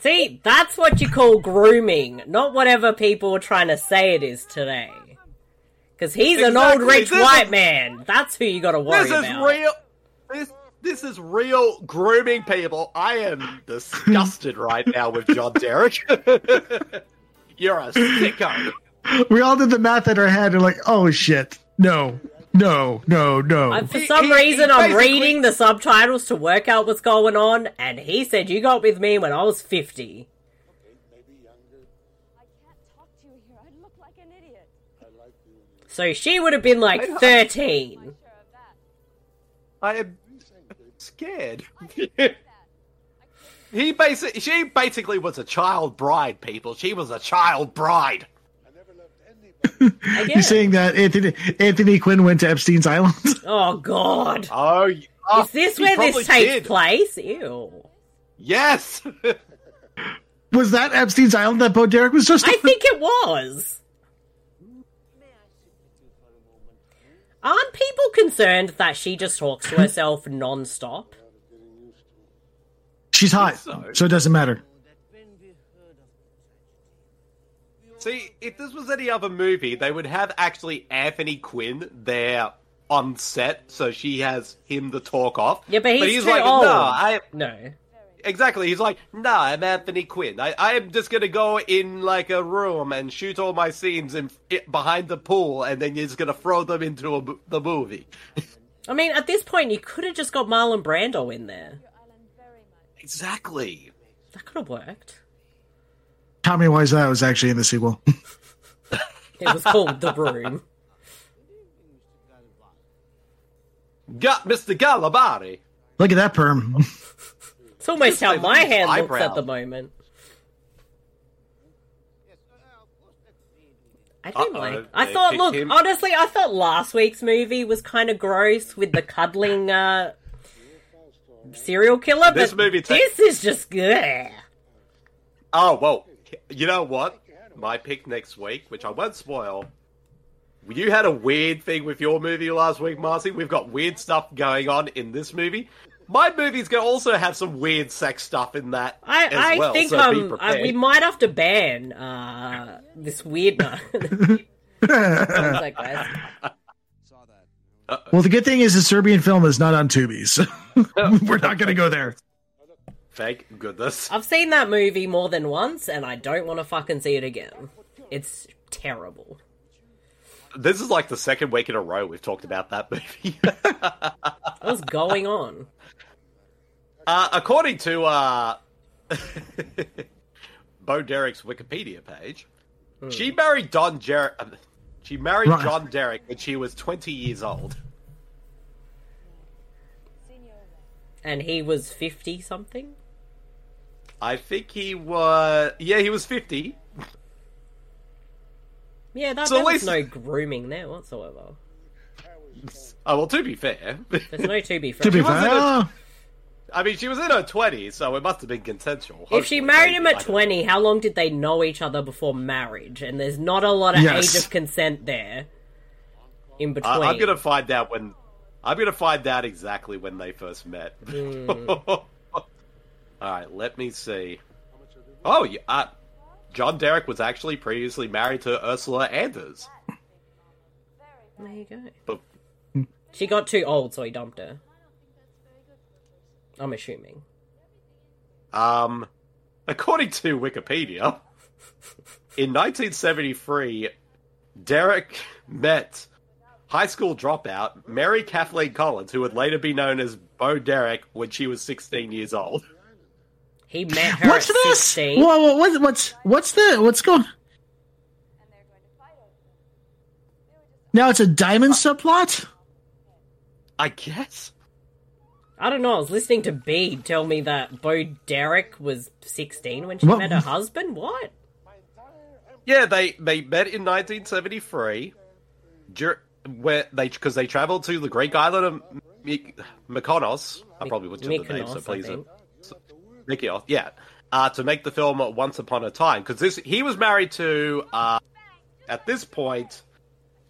E: See, that's what you call grooming, not whatever people are trying to say it is today. Because he's an
J: Exactly.
E: old rich
J: This is-
E: white man. That's who you gotta worry
J: This is
E: about.
J: real. This this is real grooming people. I am disgusted right now with John Derek. You're a sicko.
K: We all did the math in our head and like, oh shit. No, no, no, no.
E: I, for
J: He-
E: some
J: he-
E: reason,
J: he
E: I'm
J: basically-
E: reading the subtitles to work out what's going on, and he said, You got with me when I was 50.
C: I can't talk to you here. I'd look like an idiot.
E: So she would have been like 13.
C: Sure of that.
J: I am scared. he basically, she basically was a child bride. People, she was a child bride.
E: I
K: You're
E: guess.
K: saying that Anthony, Anthony Quinn went to Epstein's Island?
E: Oh, God.
J: Oh, y- oh,
E: Is this
J: he
E: where
J: probably
E: this takes
J: did.
E: place? Ew.
J: Yes.
K: was that Epstein's Island that Bo Derek was just
E: I
K: on?
E: think it was. Aren't people concerned that she just talks to herself non-stop?
K: She's hot,
J: So-
K: so it doesn't matter.
J: See, if this was any other movie, they would have actually Anthony Quinn there on set, so she has him to talk off.
E: Yeah, but he's, too
J: like,
E: old.
J: no, I
E: No.
J: exactly. He's like, no, I'm Anthony Quinn. I, I am just gonna go in like a room and shoot all my scenes in it, behind the pool, and then you're just gonna throw them into a, mo- the movie.
E: I mean, at this point, you could have just got Marlon Brando in there.
J: Exactly.
E: That could have worked.
K: Tommy Wise, that was actually in the sequel.
E: It was called The Room.
J: Got Mr. Galabari.
K: Look at that perm.
E: It's almost how my hand looks
J: Eyebrow.
E: at the moment. I didn't
J: Uh-oh,
E: like. I
J: they
E: thought,
J: picked
E: look,
J: him.
E: honestly, I thought last week's movie was kind of gross with the cuddling uh, serial killer,
J: This
E: but
J: movie ta-
E: this is just good.
J: Oh well, you know what? My pick next week, which I won't spoil. You had a weird thing with your movie last week, Marcy. We've got weird stuff going on in this movie. My movie's gonna also have some weird sex stuff in that as
E: I, I
J: well.
E: think
J: so be
E: um,
J: prepared.
E: I, we might have to ban uh, this weird. Digress.
K: Well, the good thing is the Serbian film is not on Tubi, so we're not going to go there.
J: Thank goodness.
E: I've seen that movie more than once, and I don't want to fucking see it again. It's terrible.
J: This is like the second week in a row we've talked about that movie.
E: What's going on?
J: uh, according to uh, Bo Derek's Wikipedia page, she married Don Jer- um, She married
K: Right.
J: John Derek when she was 20 years old.
E: And he was fifty something.
J: I think he was. Yeah, he was 50.
E: Yeah, that,
J: So
E: there
J: at
E: was
J: least-
E: no grooming there whatsoever.
J: Oh, well, to be fair.
E: There's no to be fair.
K: To be
J: wasn't
K: fair,
J: a-
K: ah,
J: I mean, she was in her 20s, so it must have been consensual.
E: if she
J: hopefully,
E: married him
J: maybe,
E: at
J: I don't-
E: twenty, how long did they know each other before marriage? And there's not a lot of
K: Yes.
E: age of consent there. In between,
J: I- I'm going to find out when. I'm going to find out exactly when they first met. All right, let me see. Oh, yeah. Uh, John Derek was actually previously married to Ursula Anders.
E: there you go.
J: But
E: She got too old, so he dumped her. I'm assuming.
J: Um, according to Wikipedia, in 1973, Derek met high school dropout Mary Kathleen Collins, who would later be known as Bo Derek when she was 16 years old.
E: He met her
K: What's
E: at
K: this?
E: 16.
K: Whoa, whoa, what, what's what's the what's going? Now it's a diamond subplot.
J: I guess.
E: I don't know. I was listening to B tell me that Bo Derek was 16 when she
K: What-
E: met her husband. What?
J: Yeah, they they met in 1973, dur- where they because they traveled to the Greek island of My- Mykonos. I probably butchered the name,
E: Mykonos,
J: so
E: I
J: please,
E: think.
J: so- Mykonos, yeah, uh, to make the film Once Upon a Time because this he was married to uh, at this point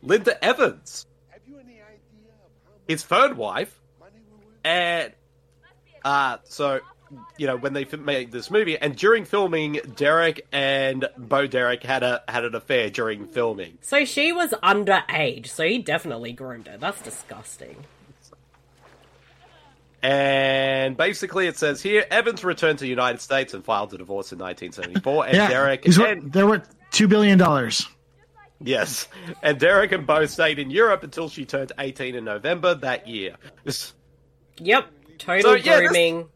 J: Linda Evans, his third wife, and uh, so, you know, when they fi- made this movie, and during filming, Derek and Bo Derek had a had an affair during filming.
E: So she was underage, so he definitely groomed her. That's disgusting.
J: And basically, it says here Evans returned to the United States and filed a divorce in 1974. And
K: yeah,
J: Derek
K: he's wor-
J: and
K: they're worth two billion dollars.
J: yes, and Derek and Bo stayed in Europe until she turned 18 in November that year. This
E: Yep, total
J: So, yeah, this-
E: grooming.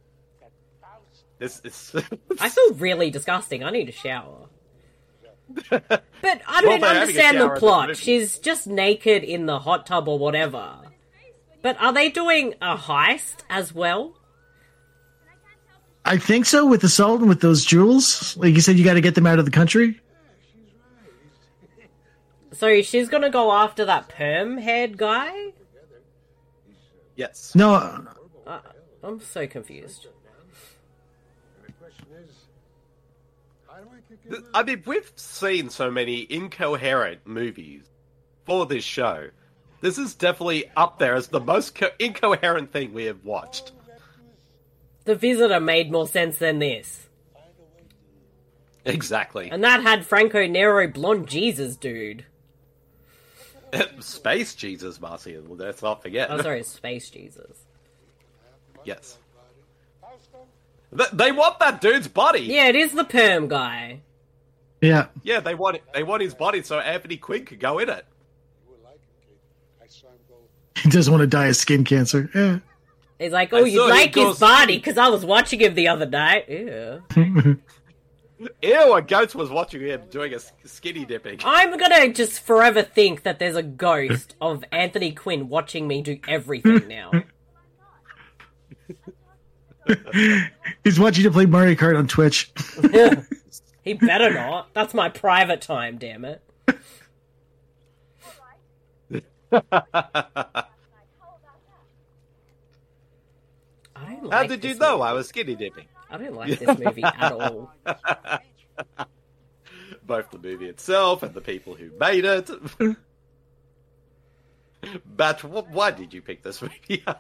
J: this is
E: I feel really disgusting. I need a shower. but
J: Well,
E: I don't
J: they're having a
E: understand
J: shower
E: the
J: in the
E: plot.
J: movie.
E: She's just naked in the hot tub or whatever. But are they doing a heist as well?
K: I think so. With the Sultan, with those jewels, like you said, you got to get them out of the country.
E: So she's gonna go after that perm haired guy?
J: yes.
K: No, uh,
E: I'm so confused.
J: Th- I mean, we've seen so many incoherent movies for this show. This is definitely up there as the most co- incoherent thing we have watched.
E: The visitor made more sense than this.
J: Exactly.
E: And that had Franco Nero blonde Jesus dude.
J: Space Jesus, Marcy. Let's not forget.
E: Oh sorry, space Jesus.
J: Yes. Th- they want that dude's body.
E: Yeah, it is the perm guy.
K: yeah,
J: Yeah, they want it. They want his body so Anthony Quinn could go in it.
K: he doesn't want to die of skin cancer. Yeah.
E: He's like, oh,
J: I
E: you
J: saw
E: like
J: him go
E: his body because I was watching him the other night. Ew.
J: Ew, a ghost was watching him doing a s- skinny dipping.
E: I'm gonna just forever think that there's a ghost of Anthony Quinn watching me do everything now.
K: He's watching you to play Mario Kart on Twitch.
E: He better not. That's my private time, damn it. I don't
J: How
E: like
J: did
E: this
J: you know
E: movie.
J: I was skinny dipping?
E: I don't like this movie at all.
J: both the movie itself and the people who made it. but wh- why did you pick this movie?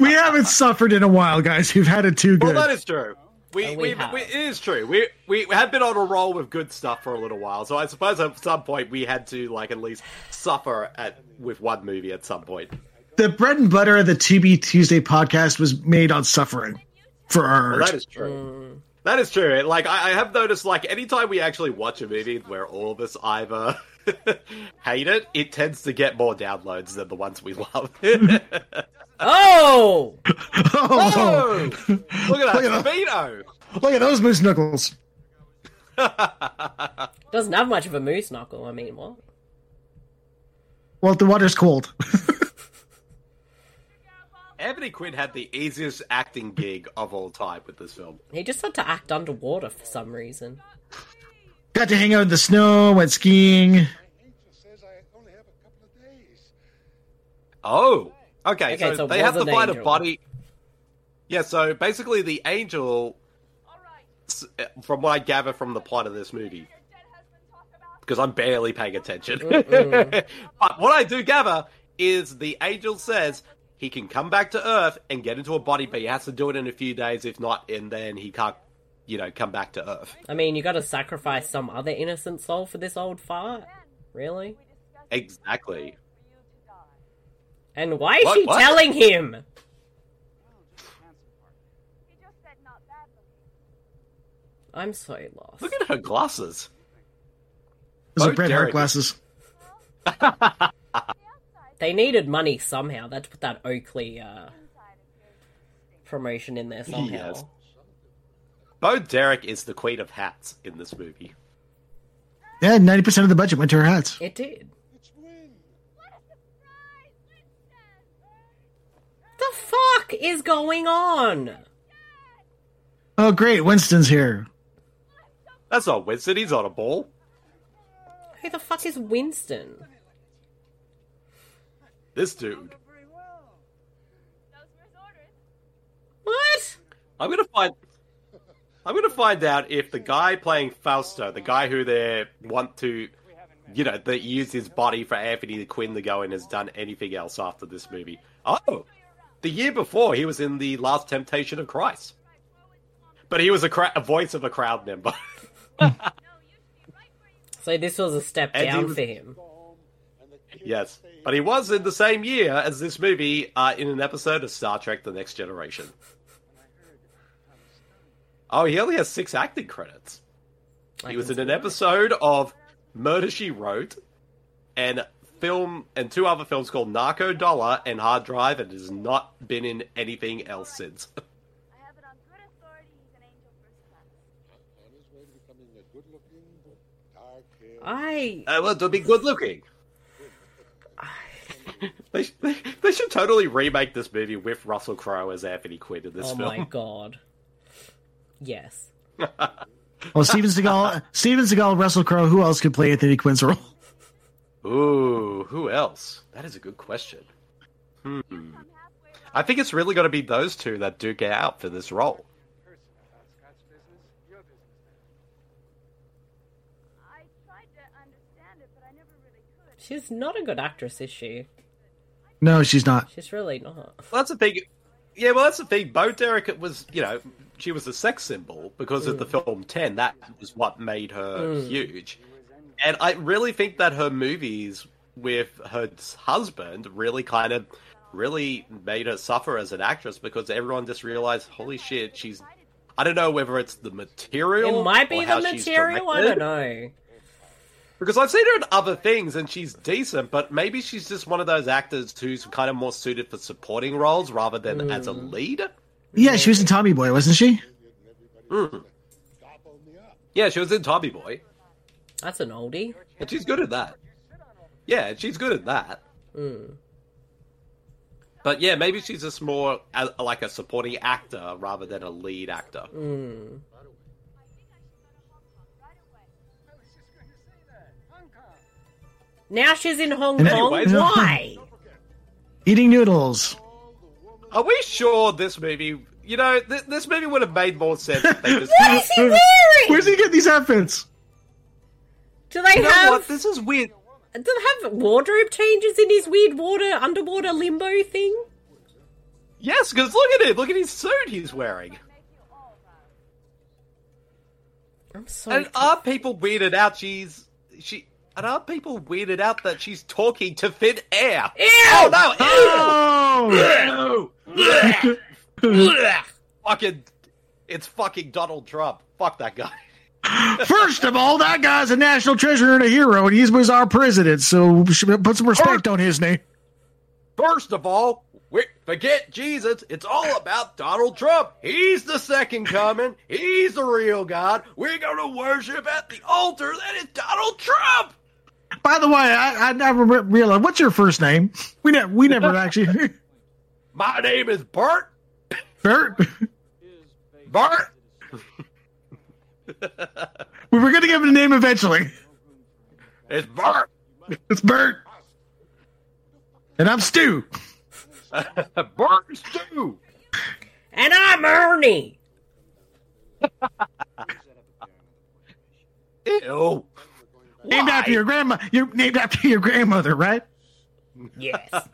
K: We haven't suffered in a while, guys. We've had it too
J: well,
K: good.
J: that is true. We,
E: And
J: we,
E: we
J: we,
E: have.
J: it is true. We we have been on a roll with good stuff for a little while, so I suppose at some point we had to like at least suffer at with one movie at some point.
K: the bread and butter of the To Be Tuesday podcast was made on suffering for our
J: Well, that is true. That is true. Like I, I have noticed, like anytime we actually watch a movie where all of us either hate it, it tends to get more downloads than the ones we love.
E: Oh!
K: oh,
J: Oh! Look at that speedo!
K: look at those moose knuckles.
E: Doesn't have much of a moose knuckle, I mean, what?
K: Well, the water's cold.
J: Anthony Quinn had the easiest acting gig of all time with this film.
E: He just had to act underwater for some reason.
K: Got to hang out in the snow, went skiing.
J: Oh, okay.
E: Okay,
J: so,
E: so
J: they
E: was
J: have to
E: an
J: find a
E: angel.
J: body. Yeah. So basically, the angel, s- uh, from what I gather from the plot of this movie, because I'm barely paying attention.
E: Mm,
J: but what I do gather is the angel says he can come back to Earth and get into a body, but he has to do it in a few days. If not, and then he can't, you know, come back to Earth.
E: I mean, you gotta sacrifice some other innocent soul for this old fart? Really?
J: Exactly.
E: And why is
J: What-
E: she
J: what?
E: telling him? I'm so lost.
J: Look at her glasses.
K: Those
J: Oh,
K: are Bret Hart
J: Derek.
K: glasses.
E: They needed money somehow. They had to put that Oakley uh, promotion in there somehow.
J: Yes. Bo Derek is the queen of hats in this movie.
K: Yeah, ninety percent of the budget went to her hats.
E: It did. The fuck is going on?
K: Oh, great, Winston's here.
J: That's not Winston. He's on a ball.
E: Who the fuck is Winston?
J: This dude.
E: What?
J: I'm gonna find. I'm gonna find out if the guy playing Fausto, the guy who they want to, you know, that used his body for Anthony Quinn to go in, has done anything else after this movie. Oh, the year before he was in the Last Temptation of Christ, but he was a, cra- a voice of a crowd member.
E: So this was a step
J: And he
E: down
J: was-
E: for him.
J: yes, but he was in the same year as this movie uh, in an episode of Star Trek: The Next Generation. Oh, he only has six acting credits.
E: I
J: He was in
E: can
J: an
E: see why.
J: episode of Murder She Wrote and film and two other films called Narco Dollar and Hard Drive and has not been in anything else since.
E: I
J: I want to be good looking. they, sh- they, they should totally remake this movie with Russell Crowe as Anthony Quinn in this
E: Oh my
J: film.
E: god. Yes.
K: Well, Oh, Steven Seagal, Steven Seagal, Russell Crowe. Who else could play Anthony Quinn's role?
J: Ooh, who else? That is a good question. Hmm. I think it's really going to be those two that duke it out for this role.
E: She's not a good actress, is she?
K: No, she's not.
E: She's really not.
J: Well, that's the thing. Yeah, well, that's the thing. Bo Derek was, you know, she was a sex symbol because of the
E: Mm.
J: film Ten. That was what made her huge. And I really think that her movies with her husband really kind of really made her suffer as an actress because everyone just realized, holy shit, she's. I don't know whether it's the material.
E: It might be
J: or
E: the
J: how she's
E: material, I
J: directed.
E: don't know.
J: Because I've seen her in other things and she's decent, but maybe she's just one of those actors who's kind of more suited for supporting roles rather than as a lead.
K: Yeah, she was in Tommy Boy, wasn't she?
J: Yeah, she was in Tommy Boy,
E: That's an oldie.
J: and she's good at that. Yeah, she's good at that. But yeah, maybe she's just more a, like a supporting actor rather than a lead actor.
E: Now she's in Hong
K: And
E: Kong.
J: anyways-
E: Why?
K: Eating noodles.
J: Are we sure this movie? You know, th- this movie would have made more sense if they just.
E: What is he wearing?
K: Where's he getting these outfits?
E: Do they
J: you know
E: have
J: what? This is weird.
E: do they have wardrobe changes in his weird water underwater limbo thing?
J: Yes, because look at it. Look at his suit he's wearing.
E: I'm so
J: And are people weirded out? She's she. And are people weirded out that she's talking to thin air?
E: Ew!
J: Oh no! ew!
K: Oh,
J: uh, fucking, it's fucking Donald Trump. Fuck that guy.
K: first of all, that guy's a national treasure and a hero, and he was our president. So we should put some respect on his name.
J: First of all, we, forget Jesus. It's all about Donald Trump. He's the second coming. He's the real God. We're gonna worship at the altar that is Donald Trump.
K: By the way, I, I never re- realized what's your first name. We never, we never actually.
J: My name is Bart.
K: Bert,
J: Bart.
K: we were going to give him a name eventually.
J: It's Bart.
K: It's Bert, and I'm Stu.
J: Bart Stew.
E: And I'm Ernie.
J: Ew.
K: Named after your grandma. You're named after your grandmother, right?
E: Yes.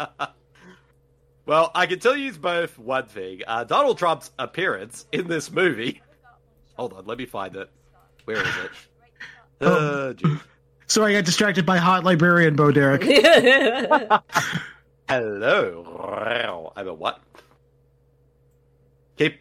J: Well, I can tell you both one thing. Uh, Donald Trump's appearance in this movie. Hold on, let me find it. Where is it?
E: Oh.
J: Uh, geez.
K: So I got distracted by Hot Librarian Bo Derek.
J: Hello. I'm a what? Keep.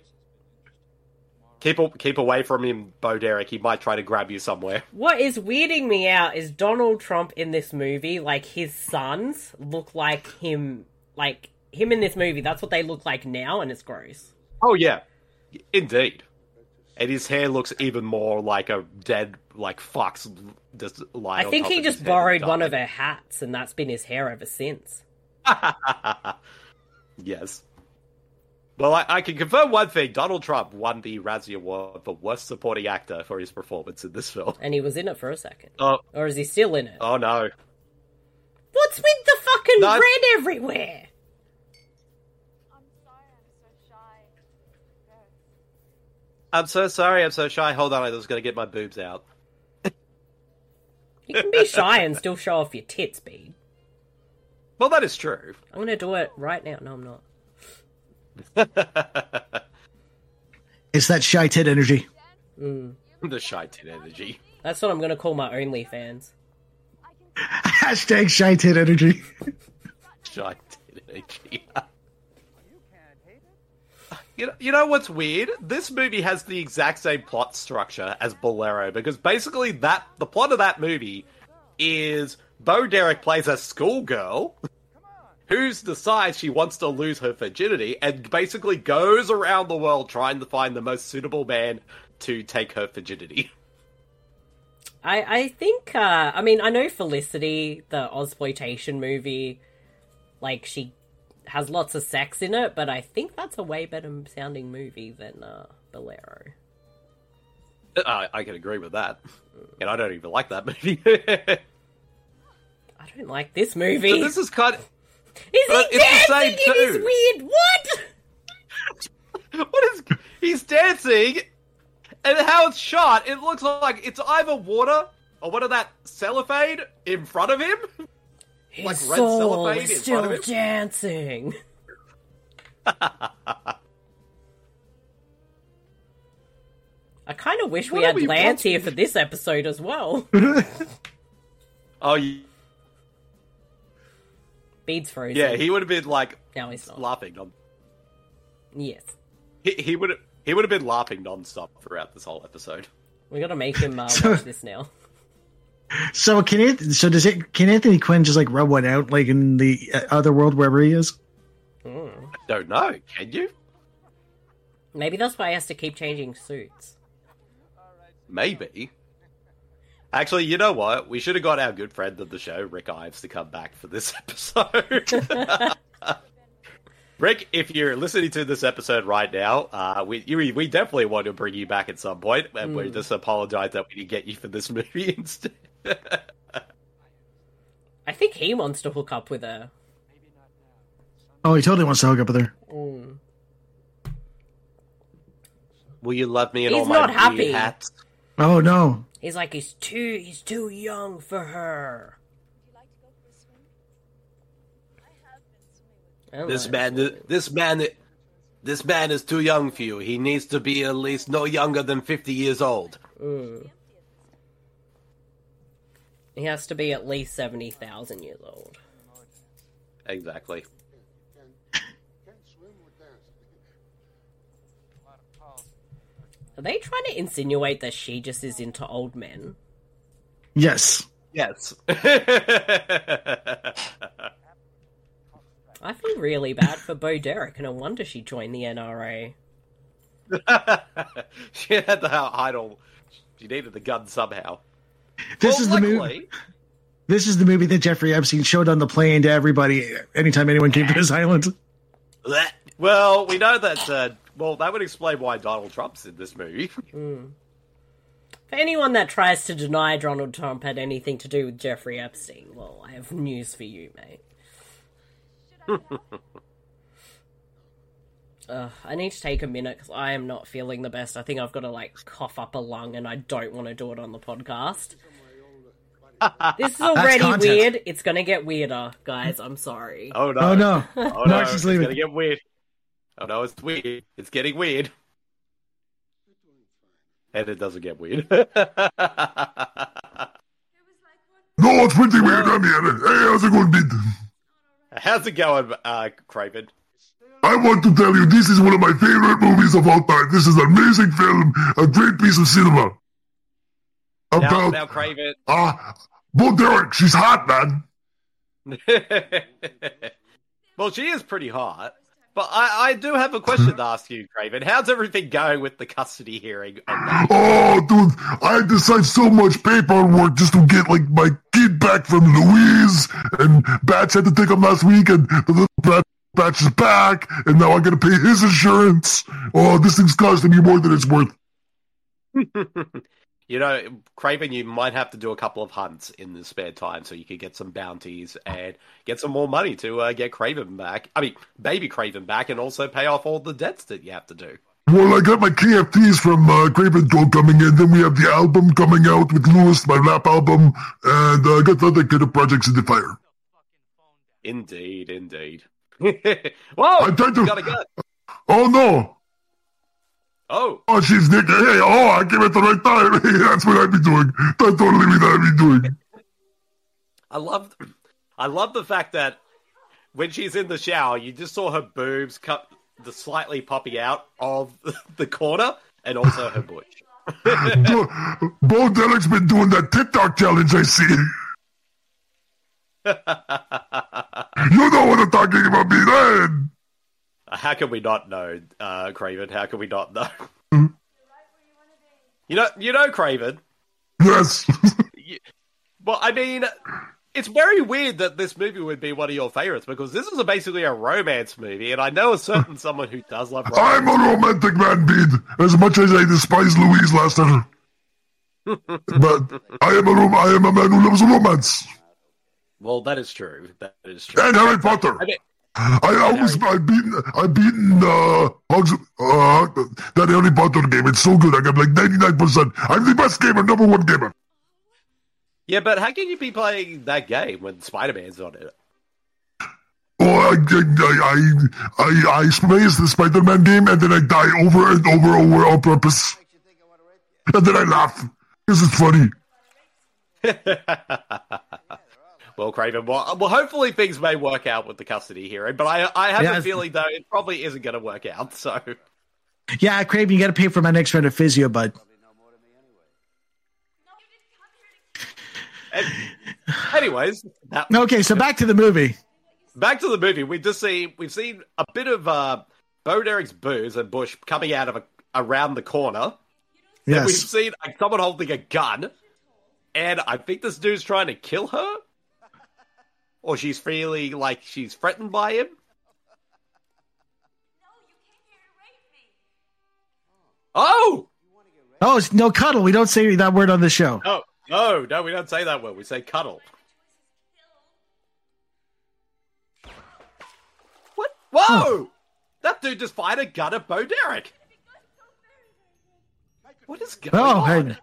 J: Keep a- keep away from him, Bo Derek. He might try to grab you somewhere.
E: What is weirding me out is Donald Trump in this movie, like his sons look like him, like him in this movie. That's what they look like now, and it's gross.
J: Oh yeah, indeed. And his hair looks even more like a dead like fox. Just lying
E: I
J: on
E: think
J: top
E: he
J: of
E: just
J: his head and
E: borrowed one
J: dying.
E: of her hats, and that's been his hair ever since.
J: yes. Well, I, I can confirm one thing: Donald Trump won the Razzie Award for Worst Supporting Actor for his performance in this film.
E: And he was in it for a second.
J: Oh,
E: Or is he still in it?
J: oh no!
E: What's with the fucking
J: No, I-
E: red everywhere?
J: I'm so sorry. I'm so shy. Hold on, I was going to get my boobs out.
E: You can be shy and still show off your tits, B.
J: Well, that is true.
E: I'm gonna do it right now. No, I'm not.
K: It's that shy tit energy.
J: the shy tit energy.
E: That's what I'm gonna call my OnlyFans.
K: Hashtag shy tit energy.
J: Shy tit energy. You know, you know what's weird? This movie has the exact same plot structure as Bolero because basically that the plot of that movie is Bo Derek plays a schoolgirl who decides she wants to lose her virginity and basically goes around the world trying to find the most suitable man to take her virginity.
E: I, I think uh, I mean I know Felicity, the Ozploitation movie, like she has lots of sex in it, but I think that's a way better sounding movie than uh, Bolero.
J: I, I can agree with that. And I don't even like that movie.
E: I don't like this movie.
J: so this is kind of,
E: is
J: but
E: he
J: it's the
E: dancing
J: same
E: in his
J: too.
E: weird what?
J: What is he's dancing and how it's shot, it looks like it's either water or one of that cellophane in front of him.
E: His
J: Like red
E: soul
J: cellophane
E: is
J: in front of
E: still
J: it?
E: dancing. I kind of wish we
J: What are
E: had
J: we
E: Lance
J: watching?
E: here for this episode as well.
J: Oh y-
E: Beads frozen.
J: yeah, he would have been like
E: now he's not.
J: laughing non
E: Yes,
J: he, he would he would have been laughing non-stop throughout this whole episode.
E: we gotta make him uh,
K: So-
E: watch this now.
K: So can it? So does it? Can Anthony Quinn just like rub one out like in the uh, other world wherever he is?
J: I don't know, can you?
E: Maybe that's why he has to keep changing suits.
J: Maybe. Actually, you know what? We should have got our good friend of the show, Rick Ives, to come back for this episode. Rick, if you're listening to this episode right now, uh, we you, we definitely want to bring you back at some point, and
E: Hmm.
J: we just apologize that we didn't get you for this movie instead.
E: I think he wants to hook up with her.
K: Oh, he totally wants to hook up with her.
J: Will you love me in
E: He's
J: all my
E: not
J: weird
E: happy.
J: hats?
K: Oh no,
E: He's like he's too he's too young for her. I don't
J: This
E: know.
J: man, this man, this man is too young for you. He needs to be at least no younger than fifty years old.
E: He has to be at least seventy thousand years old.
J: Exactly.
E: Are they trying to insinuate that she just is into old men?
K: yes,
J: Yes.
E: I feel really bad for Bo Derek, and I wonder she joined the NRA.
J: she had to hide all. She needed the gun somehow.
K: this
J: Well,
K: is the
J: luckily,
K: movie. This is the movie that Jeffrey Epstein showed on the plane to everybody anytime anyone came to his island.
J: Blech. Well, we know that. Uh, well, that would explain why Donald Trump's in this movie.
E: For anyone that tries to deny Donald Trump had anything to do with Jeffrey Epstein, well, I have news for you, mate. Ugh, I need to take a minute because I am not feeling the best. I think I've got to like cough up a lung, and I don't want to do it on the podcast. this is already
K: content.
E: weird. It's gonna get weirder, guys. I'm sorry.
J: Oh no!
K: Oh no,
J: Oh, no.
K: Mark's
J: It's
K: just leaving.
J: gonna get weird. Oh no! It's weird. It's getting weird. And it doesn't get weird.
K: no, it's pretty weird. I mean, hey, how's it going to be?
J: How's it going, uh, Craven?
A: I want to tell you this is one of my favorite movies of all time. This is an amazing film, a great piece of cinema.
J: Now,
A: About
J: now crave it.
A: ah, Bo Derek, she's hot, man.
J: well, she is pretty hot. But I, I do have a question to ask you, Craven. How's everything going with the custody hearing? on that?
A: Oh, dude, I had to sign so much paperwork just to get like my kid back from Louise, and Batch had to take him last week, and the little Bat- Batch is back, and now I gotta pay his insurance. Oh, this thing's costing me more than it's worth.
J: you know, Craven, you might have to do a couple of hunts in the spare time so you could get some bounties and get some more money to uh, get Craven back. I mean, baby Craven back and also pay off all the debts that you have to do.
A: Well, I got my KFTs from uh, Craven Gold coming in. Then we have the album coming out with Lewis, my rap album, and uh, I got other kind of projects in the fire.
J: Indeed, indeed. Whoa!
A: I tried to-
J: Gotta go.
A: Oh no!
J: Oh,
A: Oh, she's Nick. Hey, oh, I came at the right time. Hey, that's what I'd be doing. That's totally what I'd be doing.
J: I love, I love the fact that when she's in the shower, you just saw her boobs cut the slightly popping out of the corner, and also her butch.
A: Bo, Bo Derek's been doing that TikTok challenge. I see. You know what I'm talking about, me, man.
J: Uh, How can we not know, uh, Craven? How can we not know? you know, you know, Craven.
A: Yes.
J: Well, I mean, it's very weird that this movie would be one of your favorites because this is a, basically a romance movie, and I know a certain someone who does love romance.
A: I'm a romantic man, Bede. As much as I despise Louise Lester, but I am a rom- I am a man who loves romance
J: Well, that is true. That is true.
A: and Harry Potter.
J: I mean,
A: I always I've beaten I've beaten uh, Hogs, uh that Harry Potter game. It's so good. I got like 99. percent I'm the best gamer, number one gamer.
J: yeah, but how can you be playing that game when Spider Man's on it?
A: Oh, I I I I, I plays the Spider-Man game and then I die over and over and over on purpose, and then I laugh. This is funny.
J: well, Craven, well, well, hopefully things may work out with the custody hearing, but I, I have
K: Yeah,
J: a
K: it's-
J: feeling, though, it probably isn't going to work out. So,
K: Yeah, Craven, you got to pay for my next round of physio, bud.
J: and- anyways, that,
K: Okay, so back to the movie.
J: back to the movie. We just see we've seen a bit of uh, Bo Derek's booze and Bush coming out of a, around the corner. Then we've
K: Yes.
J: seen like, someone holding a gun, and I think this dude's trying to kill her, or she's feeling like she's threatened by him. Oh
K: Oh, it's no cuddle. We don't say that word on the show.
J: no, no, no! We don't say that word. We say cuddle. What? Whoa! That dude just fired a gun at Bo Derek. What is going
K: Oh,
J: on?
K: hey.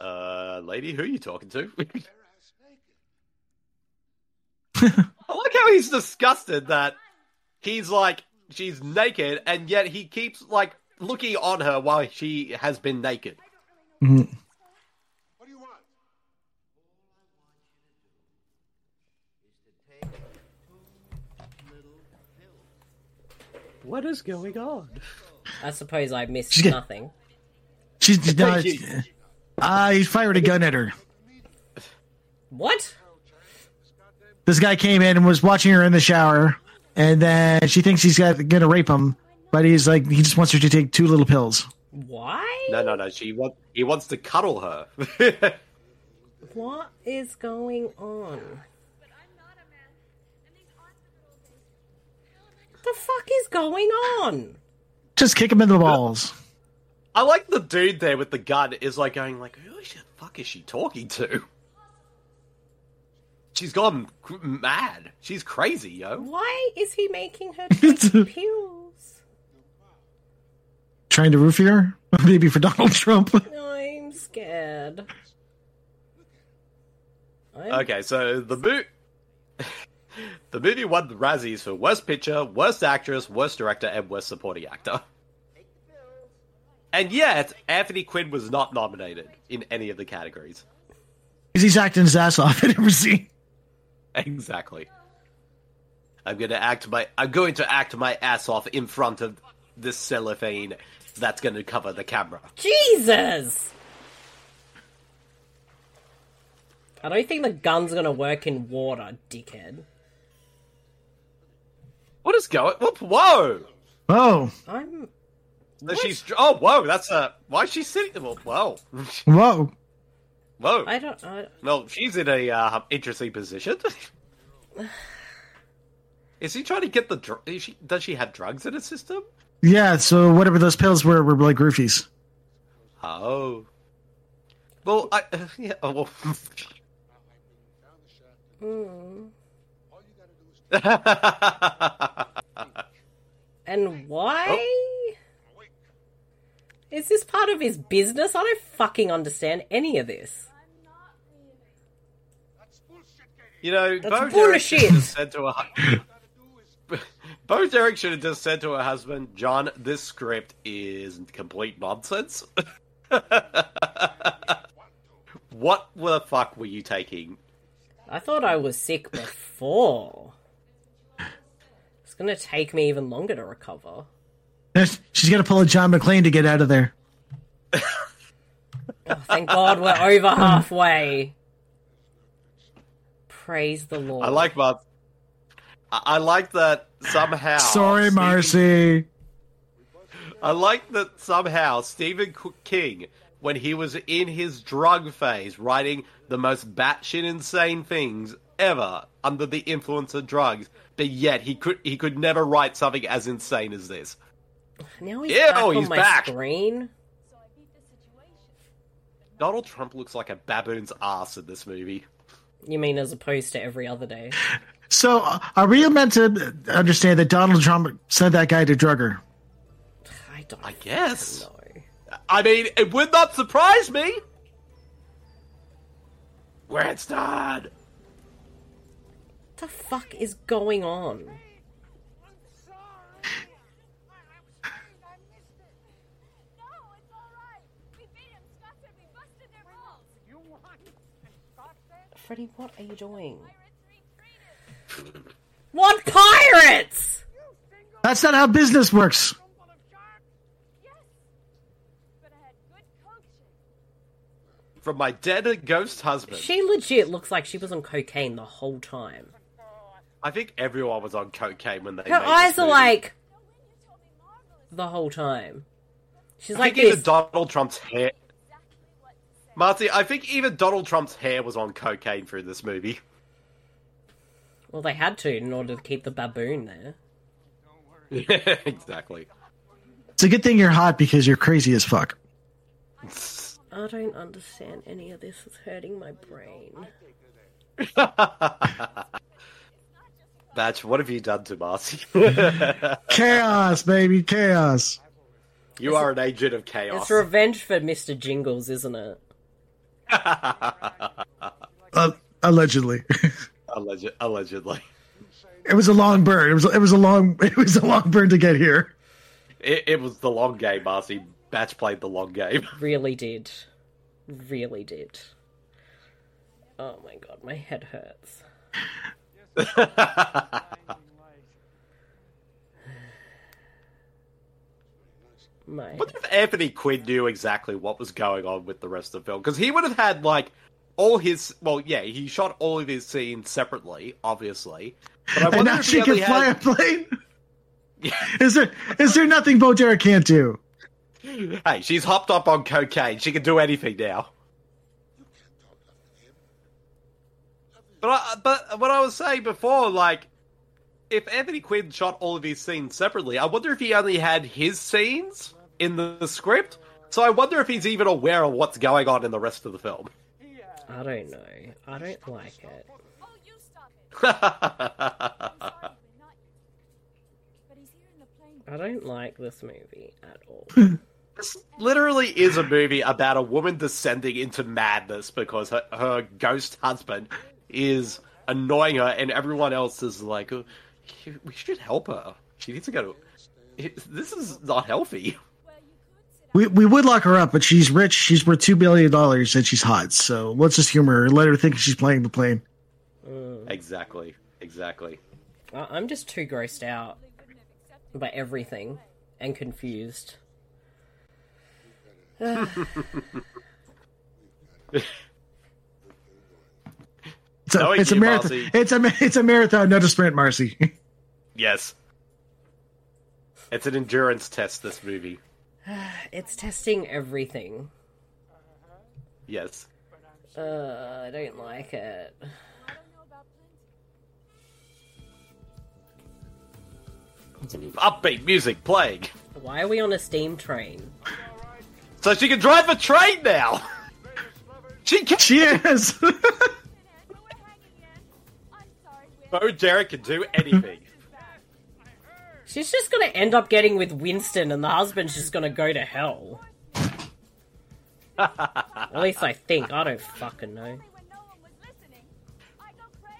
J: Uh, lady, who are you talking to? I like how he's disgusted that he's like she's naked, and yet he keeps like looking on her while she has been naked.
K: Mhm.
J: What is going on?
E: I suppose I missed
K: She's got-
E: nothing.
K: She's no,
J: Thank
K: it's- uh, he fired a gun at her.
E: What?
K: This guy came in and was watching her in the shower, and then she thinks he's got, gonna rape him, but he's like, he just wants her to take two little pills.
E: Why?
J: No, no, no. She wants. He wants to cuddle her.
E: What is going on? The fuck is going on?
K: Just kick him in the balls.
J: I like the dude there with the gun is like going like, who the fuck is she talking to? She's gone cr- mad. She's crazy, yo.
E: Why is he making her take pills?
K: Trying to roof her? Maybe for Donald Trump.
E: I'm scared. I'm
J: Okay, so the mo- the movie won the Razzies for worst picture, worst actress, worst director, and worst supporting actor. And yet, Anthony Quinn was not nominated in any of the categories.
K: He's he's acting his ass off in every scene.
J: Exactly. I'm gonna act my I'm going to act my ass off in front of this cellophane that's gonna cover the camera.
E: Jesus! I don't think the gun's gonna work in water, dickhead.
J: What is going? Whoop, whoa!
K: Whoa.
E: I'm.
J: So She's oh whoa. That's a why is she sitting? Well, whoa,
K: Whoa.
J: whoa.
E: I don't. I,
J: Well, she's in a uh, interesting position. is she trying to get the? Dr- is she, does she have drugs in her system?
K: Yeah, so whatever those pills were were like roofies.
J: Oh. Well, I yeah. oh, Well.
E: and why? Is this part of his business? I don't fucking understand any of this.
J: you know,
E: That's
J: Bo Derek should have
E: bullshit.
J: just said to her. hu- Bo Derek should have just said to her husband, "John, this script is complete nonsense." what the fuck were you taking?
E: I thought I was sick before. It's gonna take me even longer to recover.
K: She's gonna pull a John McClane to get out of there.
E: Oh, Thank God we're over halfway. Praise the Lord.
J: I like my. I, I like that somehow.
K: Sorry,
J: Stephen-
K: Marcy.
J: I like that somehow Stephen K- King, when he was in his drug phase, writing the most batshit insane things ever under the influence of drugs, but yet he could he could never write something as insane as this.
E: Now he's
J: Ew,
E: back on
J: oh, he's
E: my
J: back.
E: screen.
J: Donald Trump looks like a baboon's ass in this movie.
E: You mean as opposed to every other day?
K: So uh, are we meant to understand that Donald Trump sent that guy to drug her?
E: I don't
J: I guess.
E: know.
J: I mean, it would not surprise me. Where's Dad?
E: What the fuck is going on? Freddie, what are you doing? What pirates?
K: That's not how business works.
J: From my dead ghost husband.
E: She legit looks like she was on cocaine the whole time.
J: I think everyone was on cocaine when they.
E: Her
J: made
E: eyes
J: this
E: are
J: movie.
E: like the whole time. She's
J: I
E: like
J: think even
E: this.
J: Donald Trump's hair. Marty, I think even Donald Trump's hair was on cocaine through this movie.
E: well, they had to in order to keep the baboon there.
J: exactly.
K: It's a good thing you're hot because you're crazy as fuck.
E: I don't understand any of this. It's hurting my brain.
J: Batch, what have you done to Marcy?
K: Chaos, baby, chaos.
J: you are an agent of chaos.
E: It's revenge for Mr. Jingles, isn't it?
K: Uh, allegedly,
J: Alleged, allegedly.
K: it was a long burn. It was it was a long it was a long burn to get here.
J: It, it was the long game, Marcy. Batch played the long game.
E: Really did. Really did. Oh my god, my head hurts. My
J: What if Anthony Quinn knew exactly what was going on with the rest of the film? Because he would have had like all his. Well, yeah, he shot all of his scenes separately, obviously. But I
K: And
J: wonder
K: now
J: if
K: she
J: he
K: can
J: only
K: fly
J: had...
K: a plane. Is there is there nothing Bo Derek can't do?
J: Hey, she's hopped up on cocaine. She can do anything now. But I, but what I was saying before, like, if Anthony Quinn shot all of his scenes separately, I wonder if he only had his scenes in the, the script. So I wonder if he's even aware of what's going on in the rest of the film.
E: I don't know. I don't like it. I don't like this movie at all.
J: this literally is a movie about a woman descending into madness because her, her ghost husband is annoying her, and everyone else is like, "Oh, we should help her. She needs to go to. This is not healthy.
K: we, we would lock her up, but she's rich. She's worth two billion dollars, and she's hot. So let's just humor her. Let her think she's playing the plane.
J: Exactly. Exactly.
E: I- I'm just too grossed out by everything and confused.
K: It's a,
J: Knowing
K: it's a
J: you,
K: marathon.
J: Marcy.
K: It's a ma- it's a marathon, not a sprint, Marcy.
J: Yes. It's an endurance test, this movie.
E: It's testing everything.
J: Yes.
E: Uh, I don't like it.
J: Upbeat music playing.
E: Why are we on a steam train?
J: So she can drive a train now! She can!
K: She is.
J: Bo Derek can do anything.
E: She's just gonna end up getting with Winston, and the husband's just gonna go to hell. At least I think. I don't fucking know.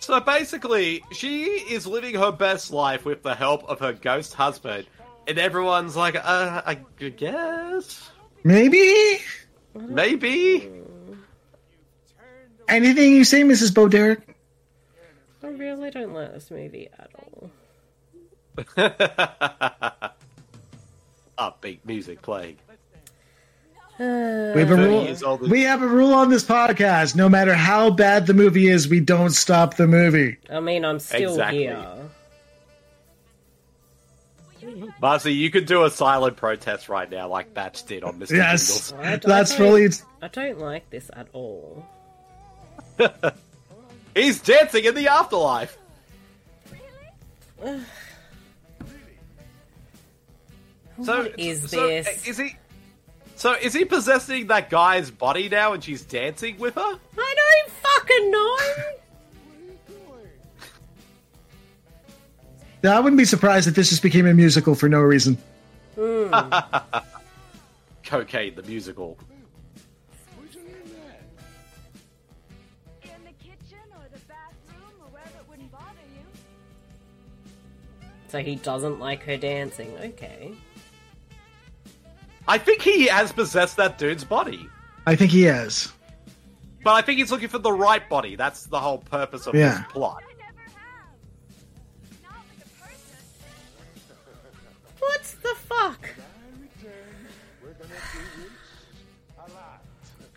J: So basically, she is living her best life with the help of her ghost husband, and everyone's like, uh, I g- guess?
K: Maybe
J: Maybe?
K: anything you say, Mrs. Bo Derek.
E: I really don't like this movie at all.
J: Upbeat music playing.
K: We have a
J: Thirty
K: rule.
J: years old.
K: We have a rule on this podcast. No matter how bad the movie is, we don't stop the movie.
E: I mean, I'm still
J: Exactly.
E: here.
J: Marcy, you could do a silent protest right now, like Batch did on Mr.
K: Yes,
J: Jingles.
E: I don't-
K: that's
E: I don't-
K: fully.
E: I don't like this at all.
J: He's dancing in the afterlife. So
E: What is
J: so, eh,
E: this?
J: Is he? So is he possessing that guy's body now, and she's dancing with her?
E: I don't fucking know.
K: Now, I wouldn't be surprised if this just became a musical for no reason.
J: Cocaine, the musical.
C: In the kitchen or the bathroom or wherever it wouldn't bother you.
E: So he doesn't like her dancing. Okay.
J: I think he has possessed that dude's body,
K: I think he is.
J: but I think he's looking for the right body. That's the whole purpose of
K: Yeah.
J: this plot.
C: I never have. Not with a person.
E: What the fuck?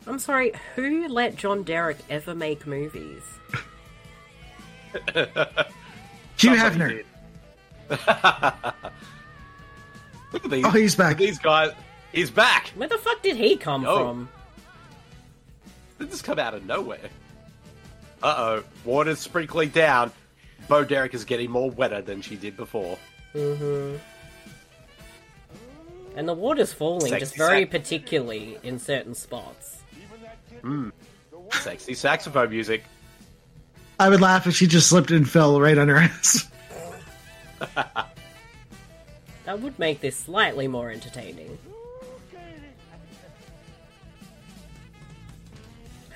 E: I'm sorry, who let John Derek ever make movies?
K: Hugh
J: That's what he
K: Hefner.
J: did. Look at these.
K: Oh, he's
J: Look
K: back.
J: at these guys. He's back.
E: Where the fuck did he come
J: Yo.
E: from?
J: They just come out of nowhere. Uh oh, water's sprinkling down. Bo Derek is getting more wetter than she did before.
E: And the water's falling
J: Sexy
E: just very
J: sack.
E: particularly in certain spots.
J: Sexy saxophone music.
K: I would laugh if she just slipped and fell right on her ass.
E: That would make this slightly more entertaining.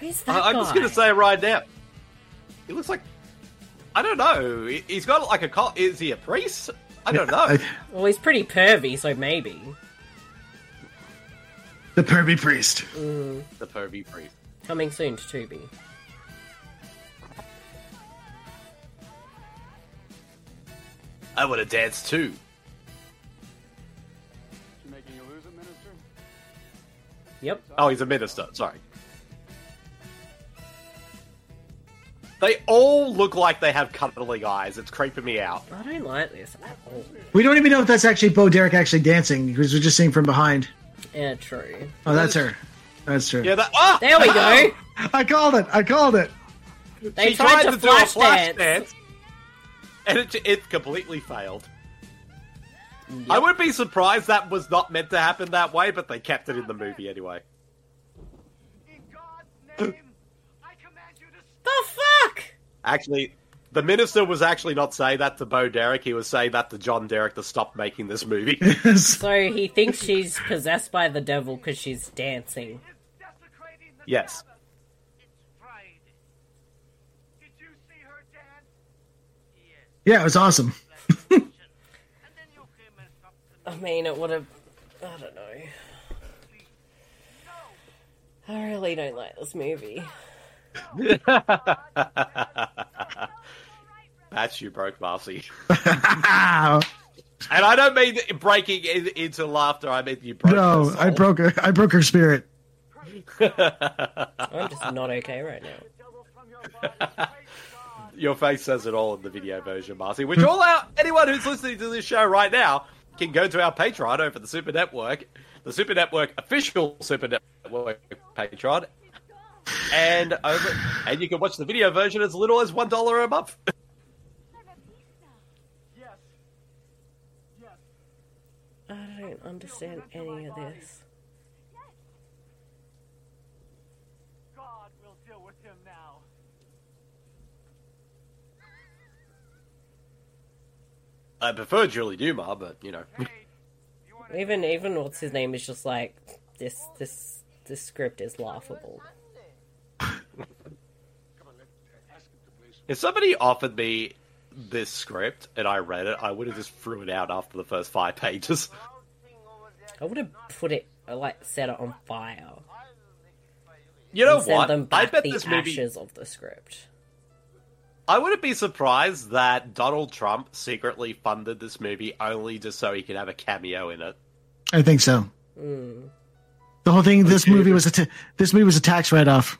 E: Who's that
J: I- I'm
E: guy?
J: just gonna say it right now. He looks like I don't know. He- He's got like a col- is he a priest? I don't know.
K: Like,
E: Well, he's pretty pervy, so maybe.
K: the pervy priest.
J: the pervy priest.
E: Coming soon to Tubi.
J: I want to dance too.
E: Yep.
J: Oh, he's a minister. Sorry. They all look like they have cuddling eyes. It's creeping me out.
E: I don't like this at all.
K: We don't even know if that's actually Bo Derek actually dancing because we're just seeing from behind.
E: Yeah, true.
K: Oh, that's her. That's her.
J: Yeah, that. Ah!
E: There we go.
K: I called it. I called it.
E: They
J: she tried,
E: tried, to,
J: to, do a
E: flash,
J: flash
E: dance.
J: dance. and it, it completely failed. I would be surprised that was not meant to happen that way, but they kept it in the movie anyway.
I: In God's name, I command you to
E: The fuck?
J: Actually, the minister was actually not saying that to Bo Derek. He was saying that to John Derek to stop making this movie.
E: So he thinks she's possessed by the devil because she's dancing.
I: It's desecrating the
J: Yes.
I: Sabbath. It's Friday. Did you see her dance? Yes.
K: yeah, it was awesome.
I: And then you came and stopped the
E: I mean, it would have. I don't know. I really don't like this movie.
J: That's you broke, Marcy. And I don't mean breaking in, into laughter. I mean you broke. her
K: no,
J: soul.
K: I broke her. I broke her spirit.
E: I'm just not okay right now.
J: Your face says it all in the video version, Marcy. Which all our anyone who's listening to this show right now can go to our Patreon over the Super Network, the Super Network official Super Network Patreon, and over, and you can watch the video version as little as one dollar a month.
E: I don't understand any of this.
B: God will deal with him now.
J: I prefer Julie Newmar, but you know,
E: Even even what's his name is just like this this this script is laughable.
J: if somebody offered me this script and I read it, I would have just threw it out after the first five pages.
E: I would have put it like set it on fire.
J: You know
E: and send
J: what?
E: Them
J: I
E: back
J: bet
E: the
J: this movie-
E: ashes of the script.
J: I wouldn't be surprised that Donald Trump secretly funded this movie only just so he could have a cameo in it.
K: I think so. The whole thing. This movie was a. T- this movie was a tax write off.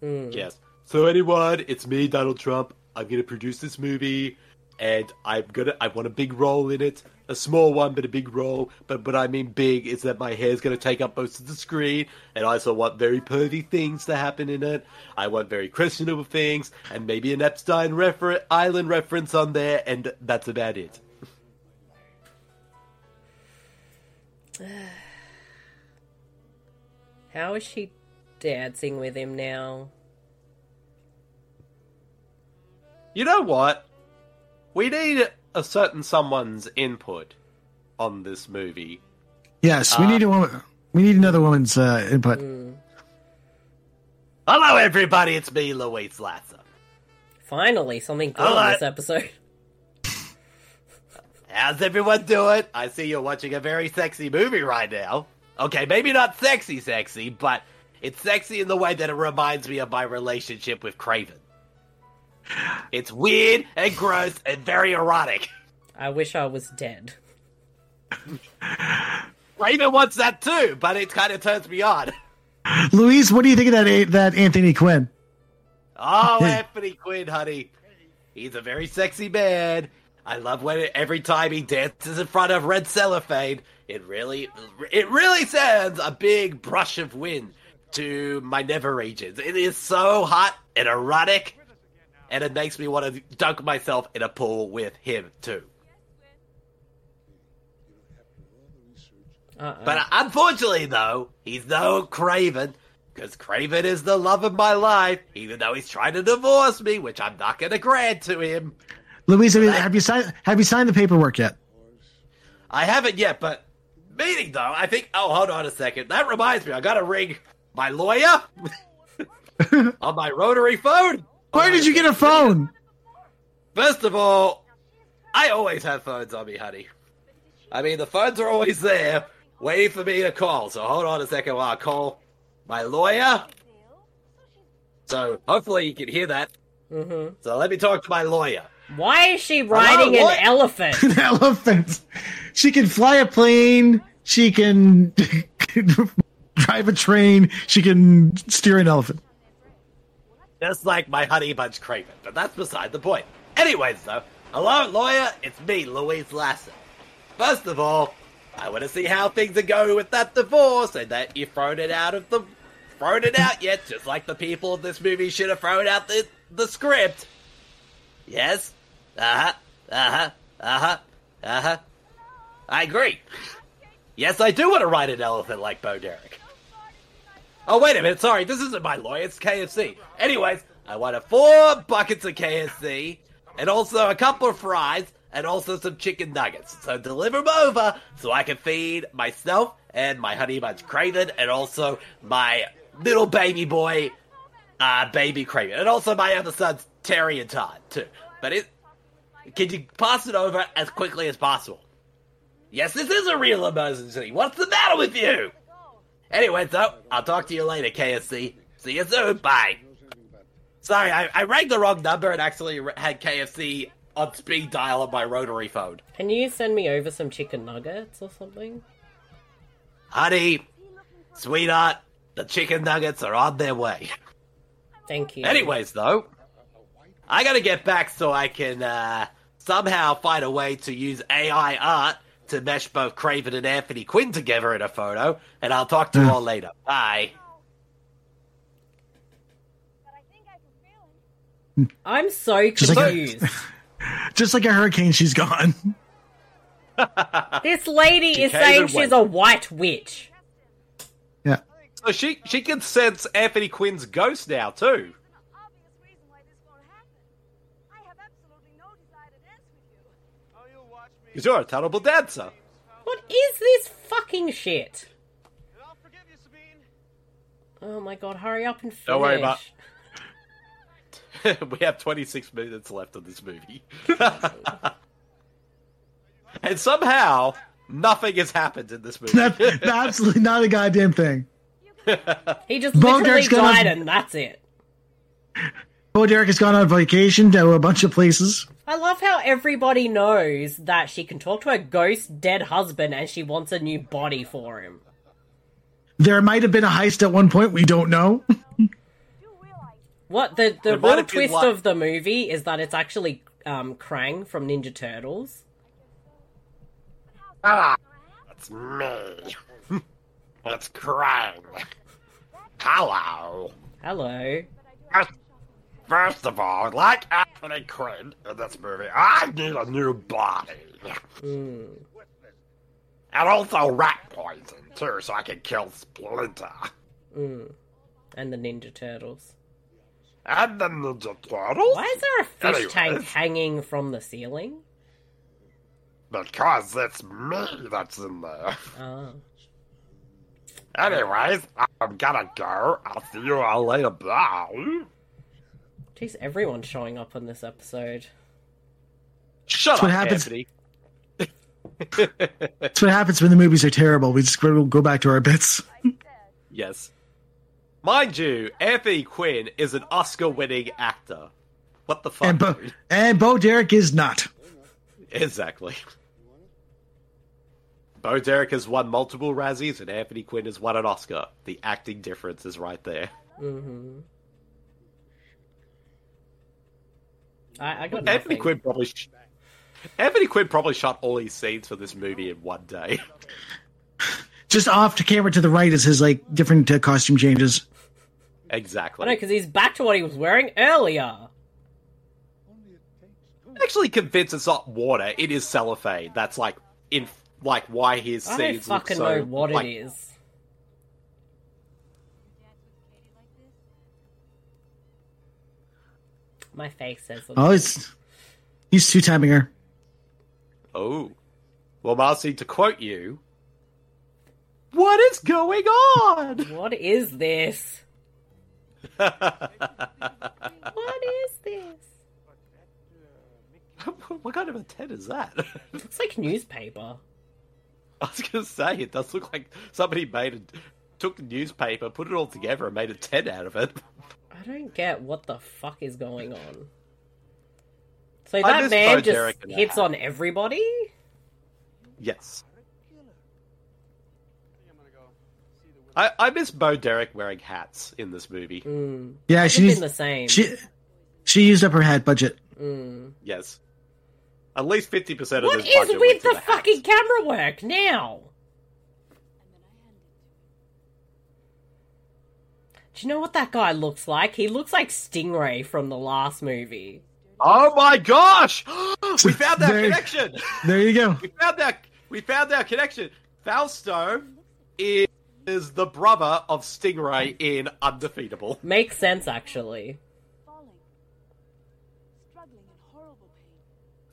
J: Yes. So anyone, it's me, Donald Trump. I'm gonna produce this movie, and I'm gonna. I want a big role in it, a small one, but a big role. But what I mean big is that my hair's gonna take up most of the screen, and I also want very pervy things to happen in it. I want very questionable things, and maybe an Epstein refer- Island reference on there, and that's about it.
E: How is she dancing with him now?
J: You know what? We need a certain someone's input on this movie.
K: Yes, we need a woman. We need another woman's uh, input.
J: Hello, everybody. It's me, Louise Lasser.
E: Finally, something good on
J: Alright.
E: this episode.
J: How's everyone doing? I see you're watching a very sexy movie right now. Okay, maybe not sexy, sexy, but it's sexy in the way that it reminds me of my relationship with Craven. It's weird and gross and very erotic.
E: I wish I was dead.
J: Craven wants that too, but it kind of turns me on.
K: Louise, what do you think of that? A- That Anthony Quinn.
J: Oh, Anthony Quinn, honey. He's a very sexy man. I love when it, every time he dances in front of red cellophane, it really, it really sends a big brush of wind to my nether regions. It is so hot and erotic, and it makes me want to dunk myself in a pool with him too.
E: Uh-uh.
J: But unfortunately, though, he's no Craven, because Craven is the love of my life, even though he's trying to divorce me, which I'm not going to grant to him.
K: Louise, have you, have you signed? Have you signed the paperwork yet?
J: I haven't yet, but meeting though, I think. Oh, hold on a second. That reminds me, I got to ring my lawyer on my rotary phone.
K: Where did you get a phone?
J: First of all, I always have phones on me, honey. I mean, the phones are always there, waiting for me to call. So hold on a second while I call my lawyer. So hopefully you can hear that.
E: Mm-hmm.
J: So let me talk to my lawyer.
E: Why is she riding an
J: what?
E: elephant?
K: An elephant. She can fly a plane. She can drive a train. She can steer an elephant.
J: Just like my Honey Bunch Craven, but that's beside the point. Anyways, though, hello, lawyer, it's me, Louise Lasser. First of all, I want to see how things are going with that divorce and that you've thrown it out of the. thrown it out yet, just like the people of this movie should have thrown out the, the script. Yes? Uh huh, uh huh, uh huh, uh huh. I agree. Yes, I do want to ride an elephant like Bo Derek. Oh, wait a minute. Sorry, this isn't my lawyer. It's KFC. Anyways, I wanted four buckets of KFC and also a couple of fries and also some chicken nuggets. So deliver 'em over so I can feed myself and my Honey Bunch Craven and also my little baby boy, uh, Baby Craven. And also my other sons, Terry and Todd, too. But it, can you pass it over as quickly as possible? Yes, this is a real emergency. What's the matter with you? Anyway, so I'll talk to you later, KFC. See you soon. Bye. Sorry, I, I rang the wrong number and actually r- had KFC on speed dial on my rotary phone.
E: Can you send me over some chicken nuggets or something?
J: Honey, sweetheart, the chicken nuggets are on their way.
E: Thank you.
J: Anyways, though, I gotta get back so I can uh, somehow find a way to use AI art to mesh both Craven and Anthony Quinn together in a photo, and I'll talk to you all later. Bye.
E: I'm so
K: Just like-
E: confused.
K: Just like a hurricane, she's gone.
E: this lady
J: She
E: is
J: came
E: saying
J: and
E: she's
J: went.
E: a white witch.
J: So she she can sense Anthony Quinn's ghost now too. Because you're a terrible dancer.
E: What is this fucking shit? Oh my god, hurry up and finish.
J: Don't worry about. we have 26 minutes left of this movie, and somehow nothing has happened in this movie.
K: That, that absolutely not a goddamn thing.
E: He just literally
K: Bone Derek's gonna-
E: died and that's it.
K: Bo Oh, Derek has gone on vacation to a bunch of places.
E: I love how everybody knows that she can talk to her ghost dead husband and she wants a new body for him.
K: There might have been a heist at one point. We don't know.
E: What the the
K: It might
E: real
K: have been
E: twist
K: like-
E: of the movie is that it's actually um, Krang from Ninja Turtles.
J: Ah, that's me. that's Krang. Hello.
E: Hello.
J: First, first of all, like Anthony Quinn in this movie, I need a new body.
K: Hmm.
J: And also rat poison, too, so I can kill Splinter.
E: Mm. And the Ninja Turtles.
J: And the Ninja Turtles?
E: Why is there a fish
J: Anyways,
E: tank hanging from the ceiling?
J: Because it's me that's in there.
E: Oh.
J: Anyways, I'm gonna go. I'll see you all later. Bye.
E: Jeez, everyone's showing up on this episode.
J: Shut
K: That's what happens. That's what happens when the movies are terrible. We just go go back to our bits.
J: Yes. Mind you, Anthony Quinn is an Oscar winning actor. What the fuck?
K: And Bo, and Bo Derek is not.
J: Exactly. Bo Derek has won multiple Razzies, and Anthony Quinn has won an Oscar. The acting difference is right there.
E: Mm-hmm. I, I got
J: Anthony
E: nothing.
J: Quinn probably. Sh- Anthony Quinn probably shot all his scenes for this movie in one day.
K: Just off to camera to the right is his like different uh, costume changes.
J: exactly.
E: I know, because he's back to what he was wearing earlier.
J: I'm actually convinced it's not water. It is cellophane. That's like in like why his
E: I don't
J: scenes look
E: fucking
J: so
E: know what
J: like,
E: it is. My face says.
K: Oh, he's he's two timing her.
J: Oh. Well, Marcy, to quote you, what is going on?
E: What is this? What is this?
J: what kind of a tent is that?
E: Looks like newspaper.
J: I was going to say, it does look like somebody made a, took newspaper, put it all together, and made a tent out of it.
E: I don't get what the fuck is going on. So
J: I
E: that
J: miss
E: man
J: Bo
E: just
J: Derek in a
E: hits
J: hat.
E: on everybody?
J: Yes. I, I miss Bo Derek wearing hats in this movie.
E: Mm.
K: Yeah,
E: Would've
K: she's
E: been the same.
K: She she used up her hat budget.
E: Mm.
J: Yes. At least 50% of
E: What
J: this
E: is
J: budget went to
E: with
J: the
E: the
J: hat.
E: fucking camera work now? Do you know what that guy looks like? He looks like Stingray from the last movie.
J: Oh my gosh! we found that
K: There-
J: connection!
K: There you go.
J: We found that we found our connection. Fausto is, is the brother of Stingray in Undefeatable.
E: Makes sense, actually.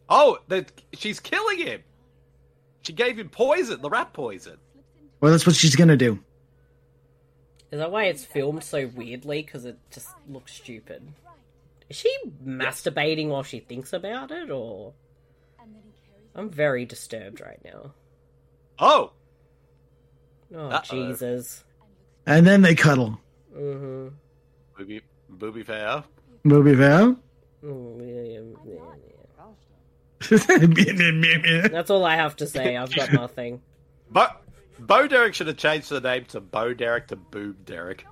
J: Oh, that she's killing him. She gave him poison, the rat poison.
K: Well, that's what she's gonna do.
E: Is that why it's filmed so weirdly? Because it just looks stupid. Is she masturbating while she thinks about it, or? I'm very disturbed right now.
J: Oh,
E: Oh
J: Uh-oh.
E: Jesus!
K: and then they cuddle.
E: Mm-hmm.
J: Booby, booby fair.
K: Movie vow.
E: Mm, That's all I have to say. I've got nothing.
J: But Bo Derek should have changed the name to Bo Derek to Boob Derek.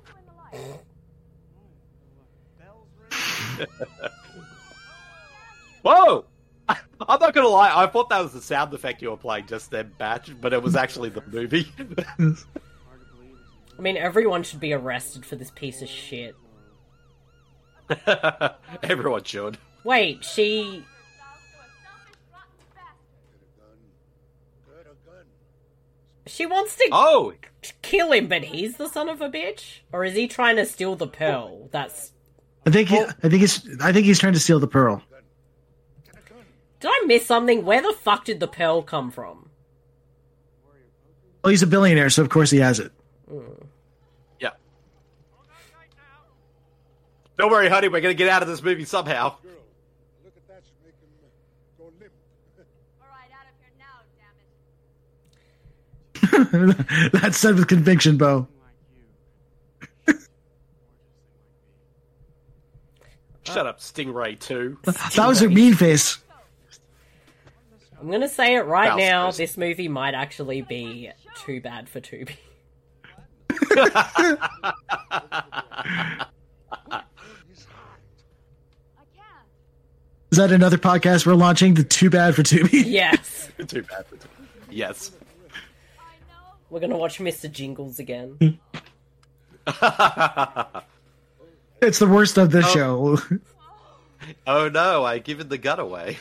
J: Whoa! I, I'm not gonna lie. I thought that was the sound effect you were playing just then, batch, but it was actually the movie.
E: I mean, everyone should be arrested for this piece of shit.
J: Everyone should.
E: Wait, she. She wants to
J: oh
E: kill him, but he's the son of a bitch, or is he trying to steal the pearl? That's.
K: I think he, I think he's I think he's trying to steal the pearl.
E: Did I miss something? Where the fuck did the pearl come from?
K: Well, Oh, he's a billionaire, so of course he has it.
E: Mm.
J: Yeah. Don't worry, honey. We're gonna get out of this movie somehow.
K: That's said with conviction, Bo.
J: Shut up, Stingray Two.
K: That was her mean face.
E: I'm gonna say it right
J: Mouse
E: now.
J: person.
E: This movie might actually be too bad for Tubi.
K: Is that another podcast we're launching? The Too Bad for Tubi?
E: yes,
J: Too bad. For yes.
E: we're gonna watch Mr. Jingles again.
K: It's the worst of this show.
J: oh no! I given the gun away.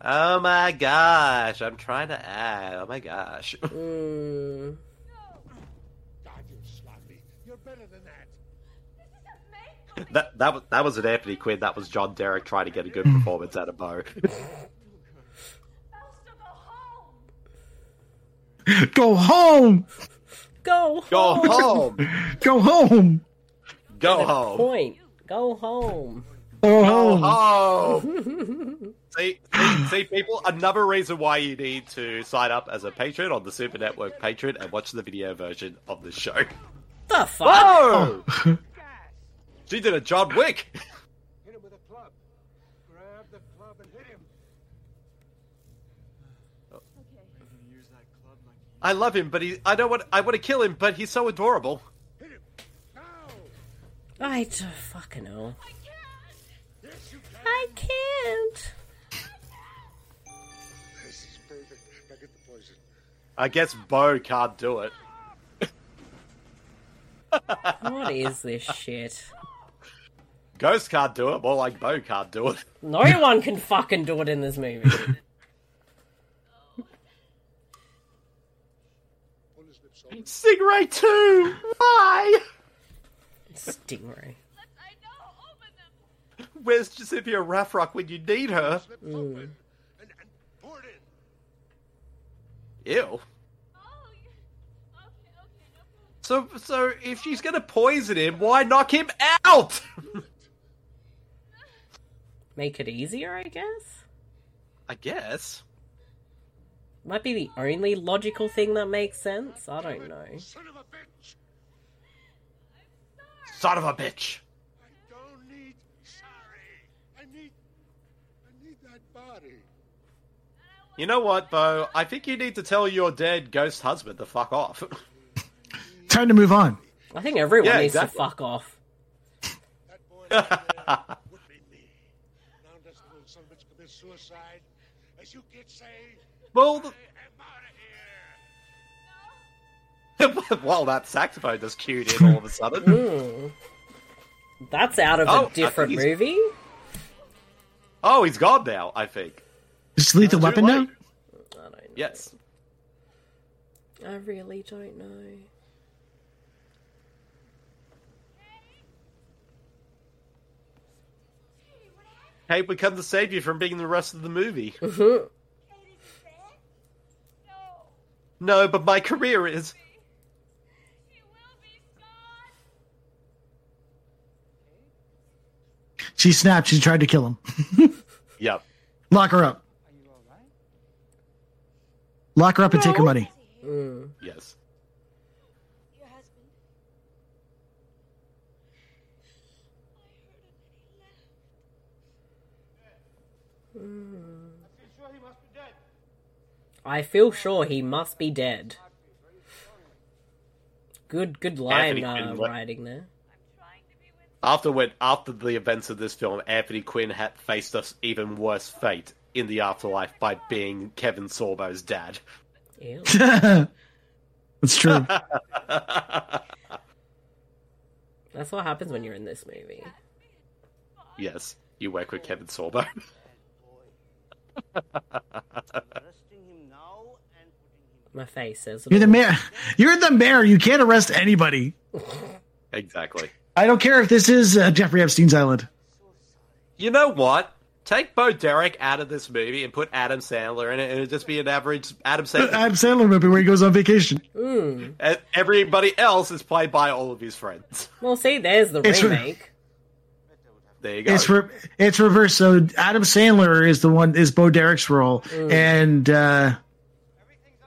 J: Oh my gosh! I'm trying to add. Oh my gosh!
E: Mm.
J: That that was that was an Anthony Quinn. That was John Derek trying to get a good performance out of Bo.
K: Go home.
E: Go
J: Go
E: home.
J: home.
K: Go home.
J: Go
E: The
J: home.
E: Point. Go home.
K: Go
J: Go
K: home.
J: home. See, see, see, people, another reason why you need to sign up as a patron on the Super Network Patron and watch the video version of the show.
E: The fuck?
J: Oh! she did a John Wick! I love him, but he. I don't want. I want to kill him, but he's so adorable.
E: I d- fucking know. I can't.
J: I guess Bo can't do it.
E: What is this shit?
J: Ghost can't do it. More like Bo can't do it.
E: No one can fucking do it in this movie.
J: Stingray two. Why?
E: Stingray.
J: Where's Giuseppe Raffrock when you need her? Ew. So, so if she's gonna poison him, why knock him out?
E: Make it easier, I guess?
J: I guess.
E: Might be the only logical thing that makes sense. I don't know.
J: Son of a bitch. You know what, Bo? I think you need to tell your dead ghost husband to fuck off.
K: Time to move on.
E: I think everyone
J: Yeah,
E: needs
J: exactly.
E: to fuck off.
J: well, the- well, that saxophone just cued in all of a sudden.
E: Mm. That's out of
J: Oh, I
E: a
J: think
E: different
J: he's-
E: movie?
J: Oh, he's gone now. I think.
K: Just leave the
J: Too
K: weapon
J: late.
K: now.
E: I don't know.
J: Yes.
E: I really don't know.
J: Kate would come to save you from being in the rest of the movie.
E: Mhm.
J: No, but my career is.
K: She snapped. She tried to kill him.
J: Yep.
K: Lock her up. Lock her up and take her money.
J: Yes.
E: I feel sure he must be dead. Good, good line
J: Anthony
E: uh,
J: Quinn, what-
E: writing there.
J: After when after the events of this film, Anthony Quinn had faced us even worse fate in the afterlife by being Kevin Sorbo's dad.
K: That's true.
E: That's what happens when you're in this movie.
J: yes, you work with Kevin Sorbo.
E: My face says it
K: You're the
E: all.
K: mayor. You're the mayor. You can't arrest anybody.
J: exactly.
K: I don't care if this is uh, Jeffrey Epstein's island.
J: You know what? Take Bo Derek out of this movie and put Adam Sandler in it, and it'd just be an average Adam Sandler.
K: Uh, Adam Sandler movie where he goes on vacation.
J: And Everybody else is played by all of his friends.
E: Well, see, there's the
K: It's-
E: remake.
J: There you go.
K: It's re- it's reverse. So Adam Sandler is the one is Bo Derek's role,
J: Mm.
K: and uh,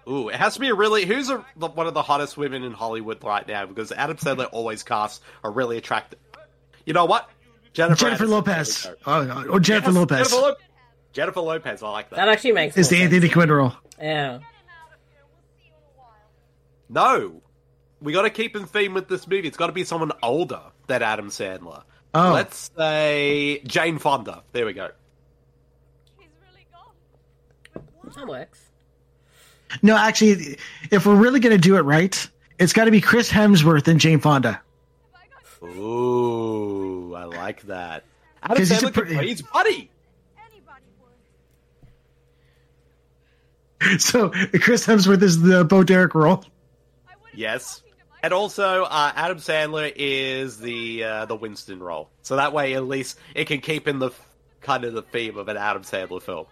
J: Ooh, it has to be a really. Who's a, the- one of the hottest women in Hollywood right now? Because Adam Sandler always casts a really attractive. You know what? Jennifer.
K: Jennifer
J: Aniston.
K: Lopez.
J: There we go.
K: Oh, no, oh, Jennifer
J: Yes,
K: Lopez
J: Jennifer, Lop- Jennifer Lopez. I like that.
E: That actually makes
K: is
E: more
K: the
E: sense.
K: Anthony Quinn role.
E: Yeah.
J: No, we got to keep in theme with this movie. It's got to be someone older than Adam Sandler.
K: Oh.
J: Let's say Jane Fonda. There we go.
E: That works.
K: No, actually, if we're really going to do it right, it's got to be Chris Hemsworth and Jane Fonda.
J: Ooh, I like that. Adam
K: 'Cause he's a
J: Sandler
K: pretty-
J: can play his buddy.
K: So Chris Hemsworth is the Bo Derek role.
J: Yes. And also, uh, Adam Sandler is the uh, the Winston role, so that way at least it can keep in the f- kind of the theme of an Adam Sandler film.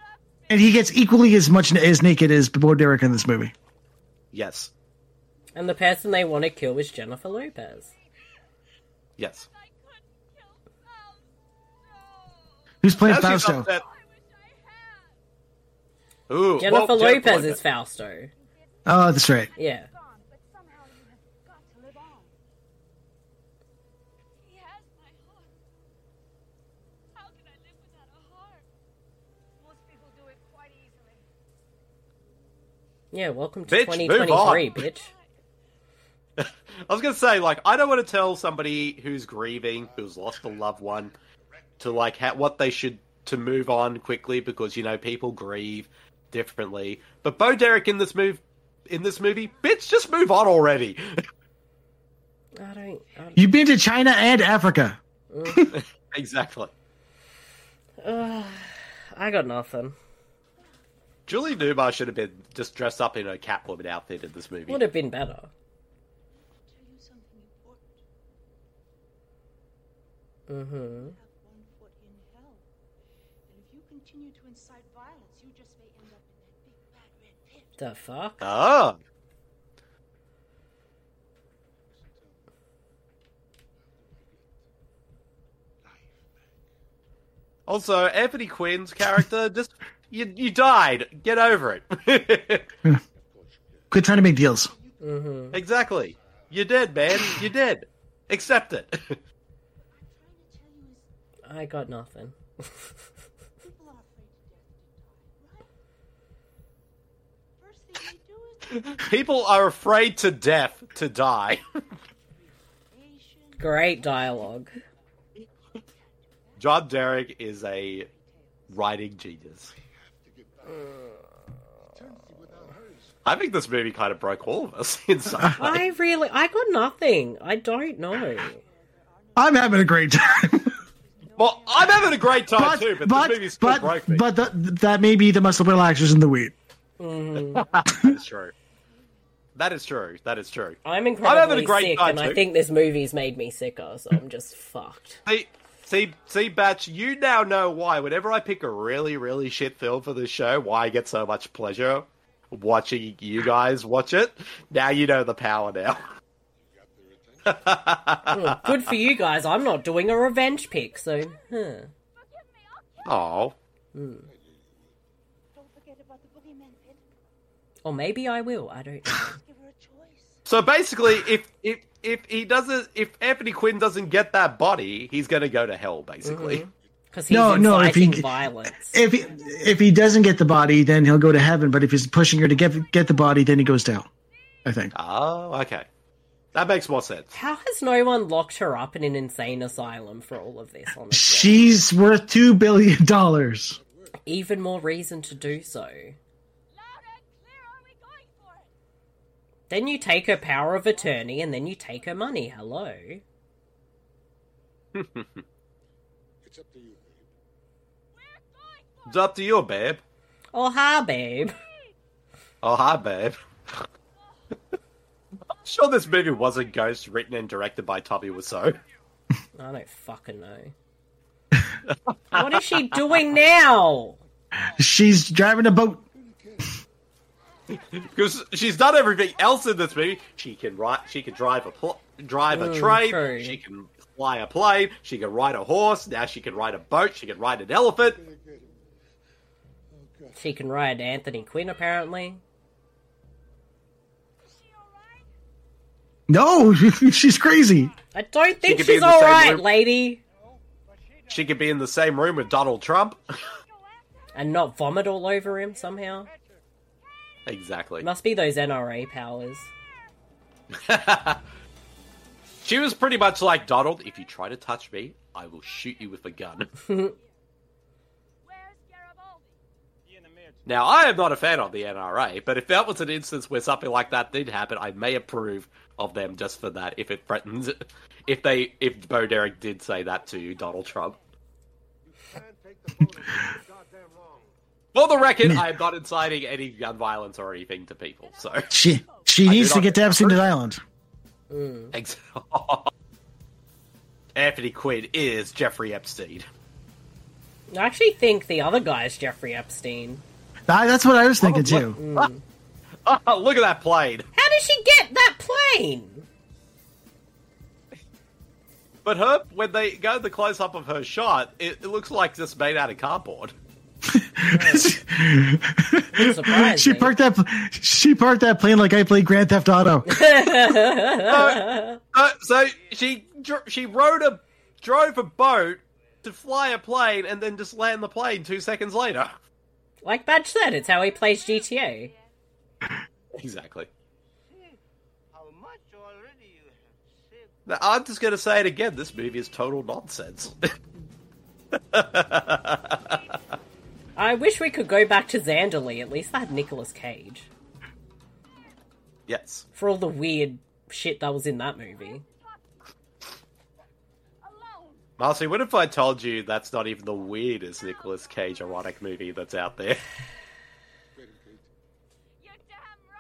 K: And he gets equally as much na- as naked as Bo Derek in this movie.
J: Yes,
E: And the person they want to kill is Jennifer Lopez.
J: yes.
K: Who's playing
J: Now she's
K: Fausto?
J: upset. Ooh,
E: Jennifer
J: well,
E: Lopez is Fausto.
K: Oh, that's right.
E: Yeah. Yeah, welcome to
J: Bitch, move
E: 2023,
J: on.
E: bitch.
J: I was gonna say, like, I don't want to tell somebody who's grieving, who's lost a loved one, to like ha- what they should to move on quickly because you know people grieve differently. But Bo Derek in this move, in this movie, bitch, just move on already.
E: I don't. I don't
K: You've been to China and Africa.
J: exactly.
E: Ugh, I got nothing.
J: Julie Newmar should have been just dressed up in her Catwoman outfit in this movie.
E: Would have been better. Mm-hmm. The fuck?
J: Ah, Also, Anthony Quinn's character just you you died. Get over it.
K: Quit trying to make deals.
E: Mm-hmm.
J: exactly. You're dead, man. You're dead. Accept it.
E: I got nothing.
J: People are afraid to death to die.
E: Great dialogue.
J: John Derek is a writing genius. I think this movie kind of broke all of us in some way.
E: I really, I got nothing. I don't know.
K: I'm having a great time.
J: Well, I'm having a great time
K: But
J: too, but,
K: but
J: this movie still
K: but,
J: broke me.
K: but th- that may be the muscle relaxers in the weed.
J: that is true. That is true. That is true.
E: I'm incredibly
J: having a great
E: sick,
J: time
E: and I
J: too.
E: think this movie's made me sicker, so I'm just fucked.
J: See, see, see, Batch, you now know why. Whenever I pick a really, really shit film for this show, why I get so much pleasure watching you guys watch it. Now you know the power now.
E: Mm, Good for you guys. I'm not doing a revenge pick, so huh.
J: Oh,
E: Mm. Or maybe I will. I don't know.
J: So basically, if if if he doesn't, if Anthony Quinn doesn't get that body, he's going to go to hell. Basically,
E: because
K: No, no, if he-
E: violence.
K: If he, if he doesn't get the body, then he'll go to heaven. But if he's pushing her to get get the body, then he goes down. I think.
J: Oh, okay, that makes more sense.
E: How has no one locked her up in an insane asylum for all of this? Honestly,
K: She's worth two billion dollars.
E: even more reason to do so. Then you take her power of attorney, and then you take her money. Hello.
L: It's up to you.
J: It's up to you, babe.
E: Oh hi, babe.
J: Oh hi, babe. I'm sure this movie was a ghost written and directed by Tommy Wiseau.
E: I don't fucking know. what is she doing now?
K: She's driving a boat.
J: Because she's done everything else in this movie. She can ride. She can drive a pl- drive a
E: Mm,
J: train.
E: true.
J: She can fly a plane. She can ride a horse. Now she can ride a boat. She can ride an elephant.
E: She can ride Anthony Quinn, apparently.
K: No, she's crazy.
E: I don't think
J: could be
E: she's
J: in the same
E: alright,
J: room.
E: lady.
J: She could be in the same room with Donald Trump.
E: And not vomit all over him somehow.
J: exactly.
E: Must be those NRA powers.
J: She was pretty much like Donald. If you try to touch me, I will shoot you with a gun. Now, I am not a fan of the NRA, but if that was an instance where something like that did happen, I may approve of them just for that. If it threatens, if they, if Bo Derek did say that to Donald Trump. For the record, I am not inciting any gun violence or anything to people. So
K: She she
J: I do
K: needs to
J: not
K: get to Epstein's Island.
J: Ex- Anthony Quinn is Jeffrey Epstein.
E: I actually think the other guy is Jeffrey Epstein.
K: I- that's what I was thinking too.
J: Oh, look at that plane!
E: How did she get that plane?
J: But her, when they go to the close up of her shot, it, it looks like just made out of cardboard.
K: she parked that she parked that plane like I played Grand Theft Auto.
J: So, uh, so she dr- she rode a drove a boat to fly a plane and then just land the plane two seconds later.
E: Like Badge said, it's how he plays GTA.
J: Exactly. Now, I'm just going to say it again. This movie is total nonsense.
E: I wish we could go back to Xanderly. At least that had Nicolas Cage.
J: yes.
E: For all the weird shit that was in that movie.
J: Marcy, what if I told you that's not even the weirdest Nicolas Cage erotic movie that's out there?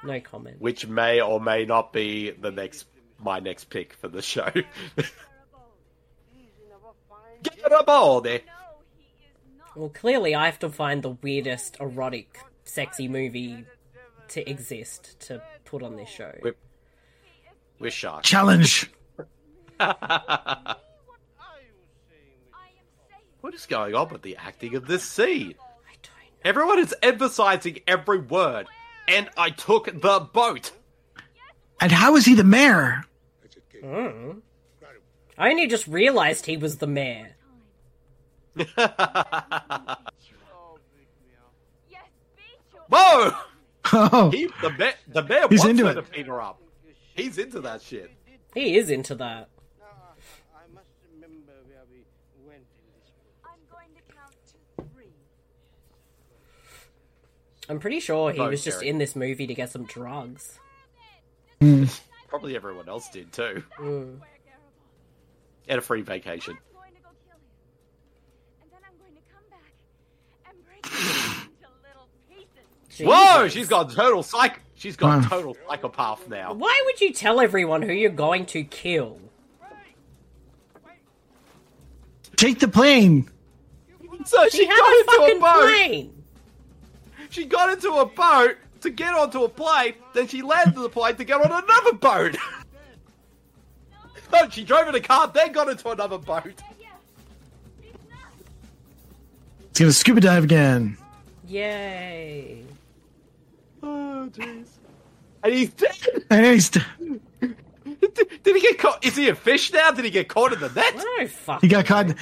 E: No comment.
J: Which may or may not be the next my next pick for the show. Get up all there.
E: Well, clearly I have to find the weirdest erotic sexy movie to exist to put on this show.
J: We're shocked.
K: Challenge.
J: what is going on with the acting of this scene? Everyone is emphasizing every word, and I took the boat.
K: And how is he the mayor?
E: Mm. I only just realised he was the mayor.
J: Whoa!
K: Oh,
J: He, the bear, the bear
K: He's
J: wants
K: into
J: her
K: it.
J: to beat her up. He's into that shit.
E: He is into that. I'm pretty sure he
J: Vote,
E: was just
J: Eric.
E: in this movie to get some drugs.
J: Probably everyone else did too.
E: Mm.
J: And a free vacation. Whoa!
E: Jesus.
J: She's got total psych. She's got
K: Wow.
J: total psychopath now.
E: Why would you tell everyone who you're going to kill?
K: Take the plane.
J: So
E: She,
J: she,
E: had a
J: got into a
E: fucking
J: boat.
E: plane!
J: She got into a boat to get onto a plane, then she landed the plane to get on another boat. no, she drove in a car, then got into another boat.
K: He's gonna scuba dive again.
E: Yay.
J: Oh, Jeez. And he's dead.
K: And he's dead.
J: Did, did he get caught? Is he a fish now? Did he get caught in the net?
E: No, fuck.
K: He got caught.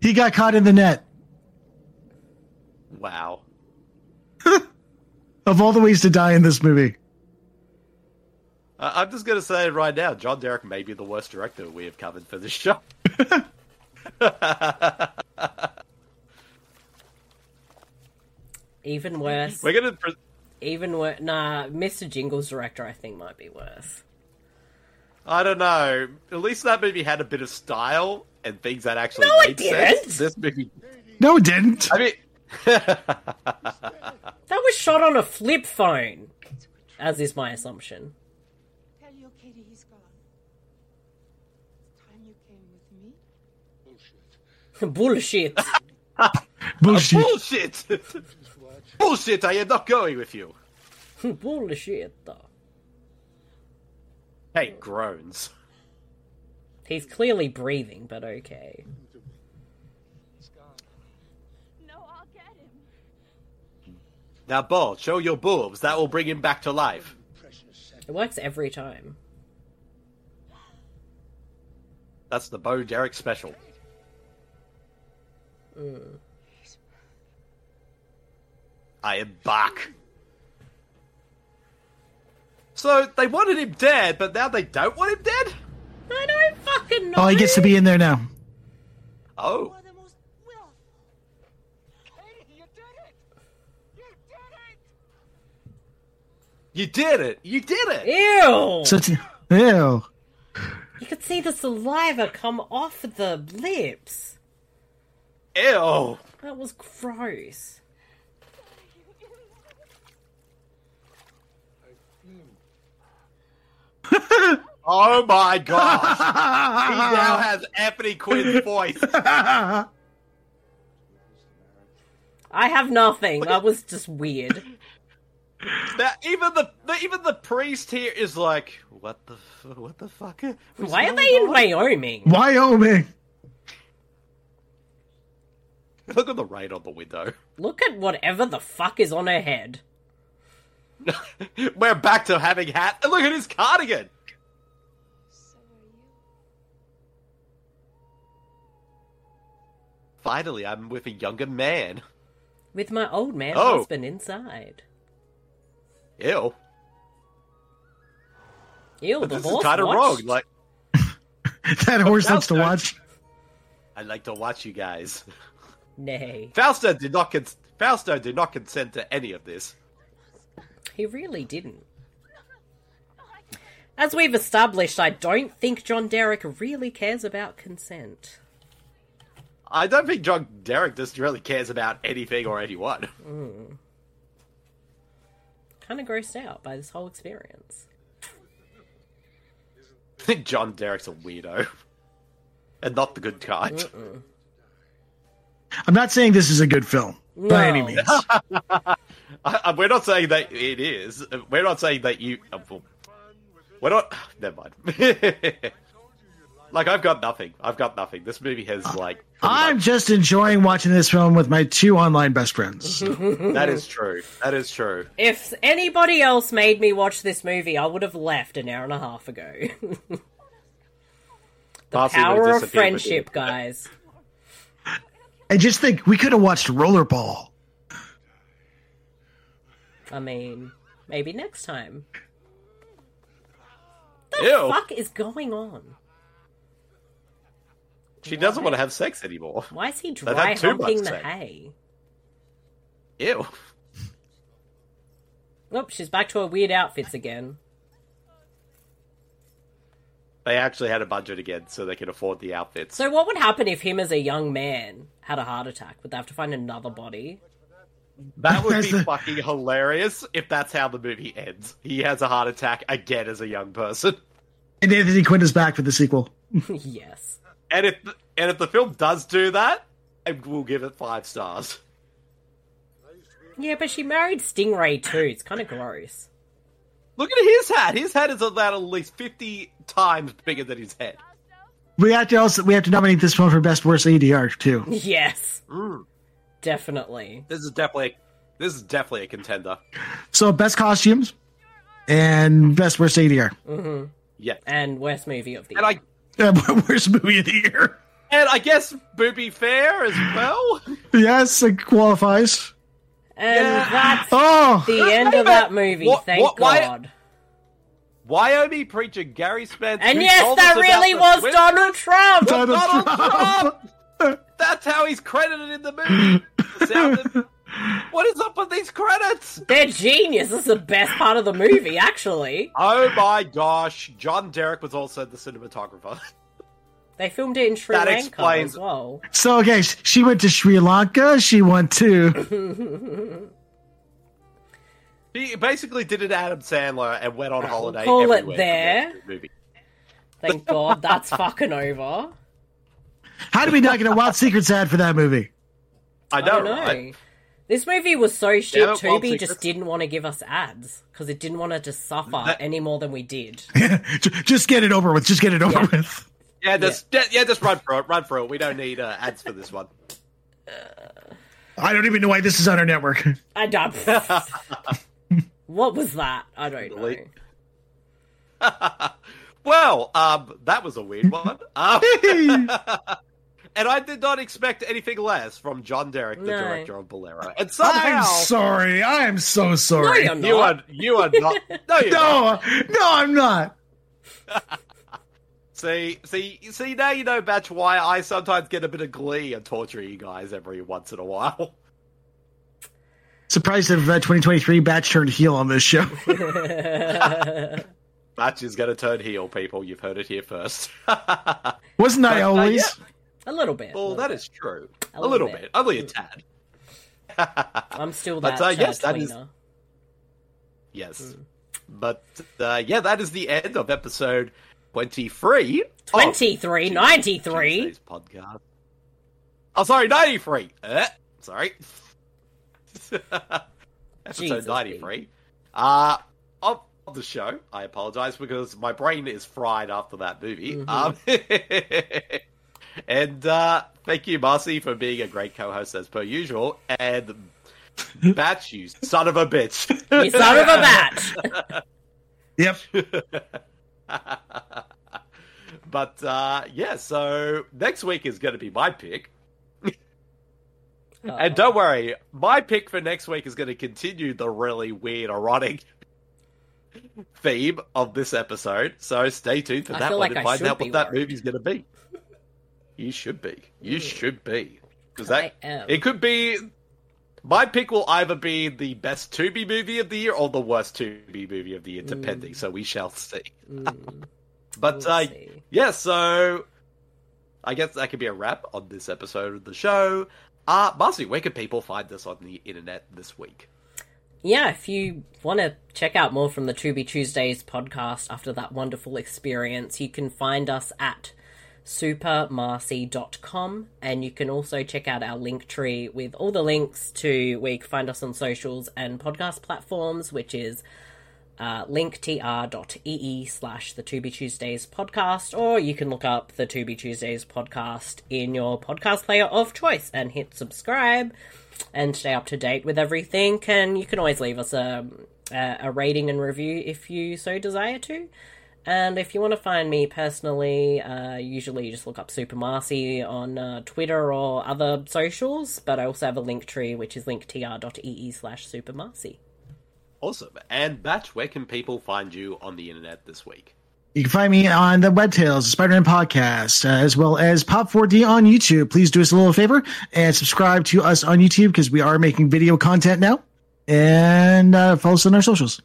K: He got caught in the net.
J: Wow.
K: of all the ways to die in this movie.
J: Uh, I'm just going to say it right now John Derek may be the worst director we have covered for this show.
E: Even worse.
J: We're going to. Pre-
E: Even worse. Nah, Mr. Jingle's director, I think, might be worse.
J: I don't know. At least that movie had a bit of style and things that actually
E: No, it
J: made
E: didn't.
J: sense. This movie.
K: No, it didn't.
J: I mean,
E: That was shot on a flip phone, as is my assumption.
M: Tell your kitty he's gone. It's time you came with me.
E: Bullshit.
K: Bullshit.
J: bullshit. bullshit. I am not going with you.
E: Bullshit. though.
J: Hey, groans.
E: He's clearly breathing, but okay.
C: No, I'll get him.
J: Now, Bob, show your boobs. That will bring him back to life.
E: It works every time.
J: That's the Bo Derek special.
E: Mm.
J: I am back. So they wanted him dead, but now they don't want him dead.
E: I don't fucking know.
K: Oh, he gets to be in there now.
J: Oh, you did it! You did it!
E: Ew!
K: So it's, ew.
E: You could see the saliva come off the lips.
J: Ew!
E: That was gross.
J: Oh my gosh! he now has Anthony Quinn's voice.
E: I have nothing. That was just weird.
J: Now, even the, the even the priest here is like, what the f- what the fuck? What's
E: Why are
J: going
E: they in
J: on?"
E: Wyoming?
K: Wyoming.
J: Look at the rain on the window.
E: Look at whatever the fuck is on her head.
J: We're back to having hat. And look at his cardigan. Finally, I'm with a younger man.
E: With my old man
J: Oh.
E: husband inside.
J: Ew.
E: Ew,
J: But
E: the
J: this is
E: horse
J: kind of wrong.
E: watched.
J: Like,
K: That horse likes to watch.
J: I like to watch you guys.
E: Nay.
J: Fausto did not cons- Fausto did not consent to any of this.
E: He really didn't. As we've established, I don't think John Derek really cares about consent.
J: I don't think John Derek just really cares about anything or anyone.
E: Mm. Kind of grossed out by this whole experience.
J: John Derek's a weirdo, and not the good kind.
K: I'm not saying this is a good film by any
E: No.
K: means.
J: I, I, we're not saying that it is. We're not saying that you. uh, well, We're not. Never mind. like I've got nothing. I've got nothing. This movie has
E: Uh,
J: like
K: I'm just enjoying watching this film with my two online best friends.
J: that is true. That is true.
E: If anybody else made me watch this movie, I would have left an hour and a half ago. the
J: Marcy would've
E: power
J: disappeared
E: of
J: with
E: friendship, guys.
K: And just think, we could have watched Rollerball.
E: I mean, maybe next time.
J: Ew.
E: Fuck is going on?
J: She doesn't want to have sex anymore.
E: Why is he
J: They've
E: dry
J: had too much
E: humping the
J: sex.
E: hay?
J: Ew.
E: Nope, she's back to her weird outfits again.
J: They actually had a budget again, so they can afford the outfits.
E: So, what would happen if him as a young man had a heart attack? Would they have to find another body?
J: That would
K: That's
J: be
K: the-
J: fucking hilarious if that's how the movie ends. He has a heart attack again as a young person.
K: And Anthony Quinn is back for the sequel.
E: yes.
J: And if and if the film does do that, I will give it five stars.
E: Yeah, but she married Stingray too. It's kind of gross.
J: Look at his hat. His hat is about at least fifty times bigger than his head.
K: We have to also we have to nominate this film for best worst ADR too.
E: Yes,
J: Mm.
E: definitely.
J: This is definitely this is definitely a contender.
K: So best costumes, and best worst ADR.
E: Mm-hmm.
J: Yeah.
E: And worst movie of the
J: And I
K: Uh, worst movie of the year.
J: and I guess Booby Fair as well.
K: Yes, it qualifies.
E: And that's
K: Oh,
E: the end of that movie,
J: What-
E: thank
J: what- why-
E: God.
J: Wyoming preacher Gary Spence.
E: and
J: who
E: yes,
J: told
E: that
J: us about
E: really
J: the
E: was
J: Swiss-
E: Donald Trump!
J: Was
K: Donald
J: Donald Trump. That's how he's credited in the movie. The sound of- What is up with these credits?
E: They're genius. This is the best part of the movie, actually.
J: Oh my gosh, John Derek was also the cinematographer.
E: They filmed it in Sri
J: That
E: Lanka
J: explains-
E: as well.
K: So okay, sh- she went to Sri Lanka. She went to
J: He basically did an Adam Sandler and went on holiday.
E: call it
J: everywhere
E: there.
J: for the Movie.
E: Thank God that's fucking over.
K: how did we not get a wild secrets ad for that movie?
J: I
E: I
J: know,
E: don't know.
J: right?
E: This movie was so shit.
J: it, Wild
E: Tubi just
J: Secrets.
E: didn't want to give us ads because it didn't want to just suffer any more than we did.
K: J- Just get it over with. Just get it over with.
J: Yeah, just yeah. yeah, just run for it. Run for it. We don't need uh, ads for this one.
K: I don't even know why this is on our network.
E: I don't. what was that? I don't know.
J: Well, um, that was a weird one. Um, and I did not expect anything less from John Derek, the
E: No.
J: director of Bolero. And somehow
K: I'm sorry. I am so sorry.
E: No, you're
J: you are you are not. No, you're not.
K: no, no, I'm not.
J: See, see, see. Now you know, Batch. Why I sometimes get a bit of glee and torture you guys every once in a while.
K: Surprised if uh, 2023 batch turned heel on this show.
J: Batch is going to turn heel, people. You've heard it here first.
K: Wasn't I
J: But, uh,
K: always?
J: yeah.
E: a little bit.
J: Well,
E: little
J: that
E: bit.
J: is true.
E: A
J: A,
E: little
J: little
E: bit.
J: bit. Only a tad.
E: I'm still that
J: But,
E: uh,
J: uh, yes, that
E: tweener.
J: is- Yes. But uh, yeah, that is the end of episode 23. of
E: 23, 93.
J: Tuesday's podcast. Oh, sorry, 93. Eh, sorry. episode
E: Jesus,
J: 93. Uh, of of the show. I apologize because my brain is fried after that movie. Um, and uh, thank you, Marcy, for being a great co host as per usual. And Batch, you son of a bitch.
E: You son of a bat.
K: Yep.
J: But uh, yeah, so next week is going to be my pick. And don't worry, my pick for next week is going to continue the really weird, erotic theme of this episode. So stay tuned for
E: I
J: that
E: feel
J: one
E: like
J: and
E: I
J: find
E: should
J: out
E: be
J: what that
E: worried.
J: movie's going to be. You should be. You should be. Because
E: I
J: that
E: am.
J: it could be. My pick will either be the best Tubi movie of the year or the worst Tubi movie of the year,
E: Hmm.
J: depending. So we shall see. But
E: We'll
J: uh,
E: see.
J: yeah, so I guess that could be a wrap on this episode of the show. Uh, Marcy, where can people find us on the internet this week?
E: yeah, if you want to check out more from the To Be Tuesdays podcast after that wonderful experience, you can find us at supermarcy.com and you can also check out our link tree with all the links to where you can find us on socials and podcast platforms, which is uh, linktr.ee slash the To Be Tuesdays podcast, or you can look up the To Be Tuesdays podcast in your podcast player of choice and hit subscribe and stay up to date with everything. And you can always leave us a, a, a rating and review if you so desire to. And if you want to find me personally, uh, usually you just look up Super Marcy on uh, Twitter or other socials. But I also have a link tree, which is linktr.ee slash Super Marcy.
J: Awesome. And Batch, where can people find you on the internet this week?
K: You can find me on the Web Tales Spider Man podcast, uh, as well as Pop4D on YouTube. Please do us a little favor and subscribe to us on YouTube because we are making video content now. And uh, follow us on our socials.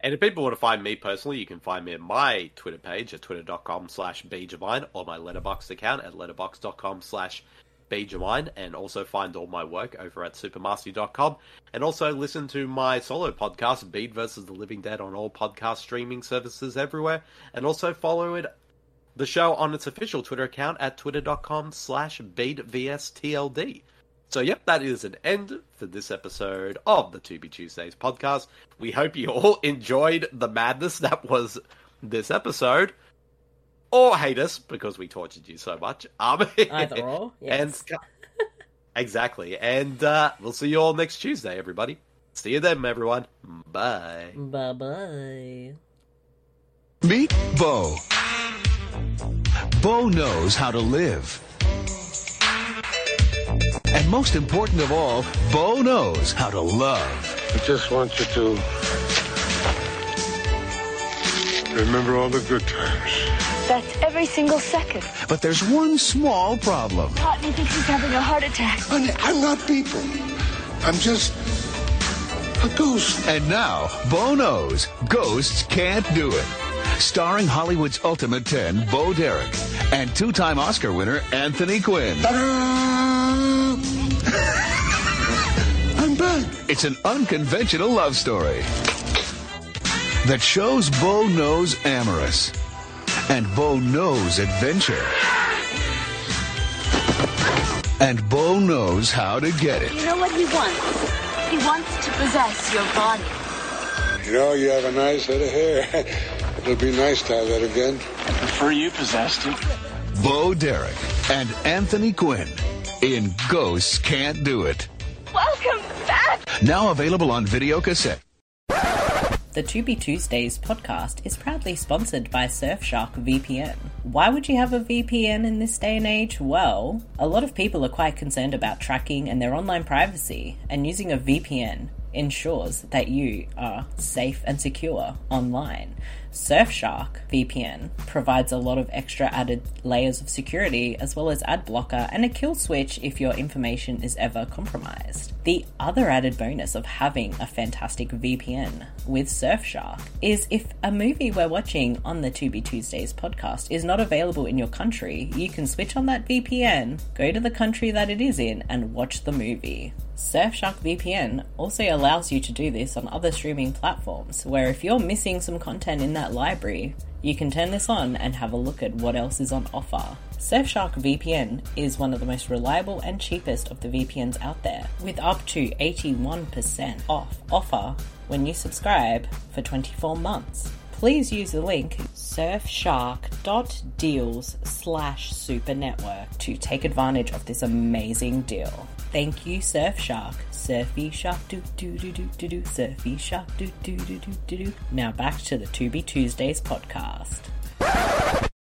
J: And if people want to find me personally, you can find me at my Twitter page at twitter.com slash bjamine or my Letterboxd account at letterbox.com slash bjamine and also find all my work over at supermastery.com and also listen to my solo podcast, Bead vs. the Living Dead on all podcast streaming services everywhere and also follow it the show on its official Twitter account at twitter.com slash beatvstld. So, yep, that is an end for this episode of the To Be Tuesdays podcast. We hope you all enjoyed the madness that was this episode, or hate us because we tortured you so much. Um,
E: Either or. Yes.
J: And exactly. And uh, we'll see you all next Tuesday, everybody. See you then, everyone. Bye.
E: Bye bye.
N: Meet Bo. Bo knows how to live. And most important of all, Bo knows how to love.
L: I just want you to remember all the good times.
C: That's every single second.
N: But there's one small problem.
C: Potney thinks he's having a heart attack.
L: Honey, I'm not people. I'm just a ghost.
N: And now, Bo knows ghosts can't do it. Starring Hollywood's Ultimate 10, Bo Derek, and two time Oscar winner Anthony Quinn.
L: I'm back.
N: It's an unconventional love story that shows Bo knows amorous and Bo knows adventure. And Bo knows how to get it.
C: You know what he wants? He wants to possess your body.
L: You know, you have a nice head of hair. It'll be nice to have that again.
O: Prefer you possessed it.
N: Bo Derek and Anthony Quinn in Ghosts Can't Do It.
C: Welcome back!
N: Now available on video cassette.
E: The To Be Tuesdays podcast is proudly sponsored by Surfshark VPN. Why would you have a VPN in this day and age? Well, a lot of people are quite concerned about tracking and their online privacy, and using a VPN ensures that you are safe and secure online. Surfshark VPN provides a lot of extra added layers of security, as well as ad blocker and a kill switch if your information is ever compromised. The other added bonus of having a fantastic VPN with Surfshark is if a movie we're watching on the To Be Tuesdays podcast is not available in your country, you can switch on that VPN, go to the country that it is in, and watch the movie. Surfshark VPN also allows you to do this on other streaming platforms, where if you're missing some content in that library, you can turn this on and have a look at what else is on offer. Surfshark VPN is one of the most reliable and cheapest of the VPNs out there, with up to 81% off offer when you subscribe for 24 months. Please use the link surfshark.deals slash supernetwork to take advantage of this amazing deal. Thank you, Surfshark. Surfy shark do do do do do do. Surfy shark do do do do do do. Now back to the To Be Tuesdays podcast.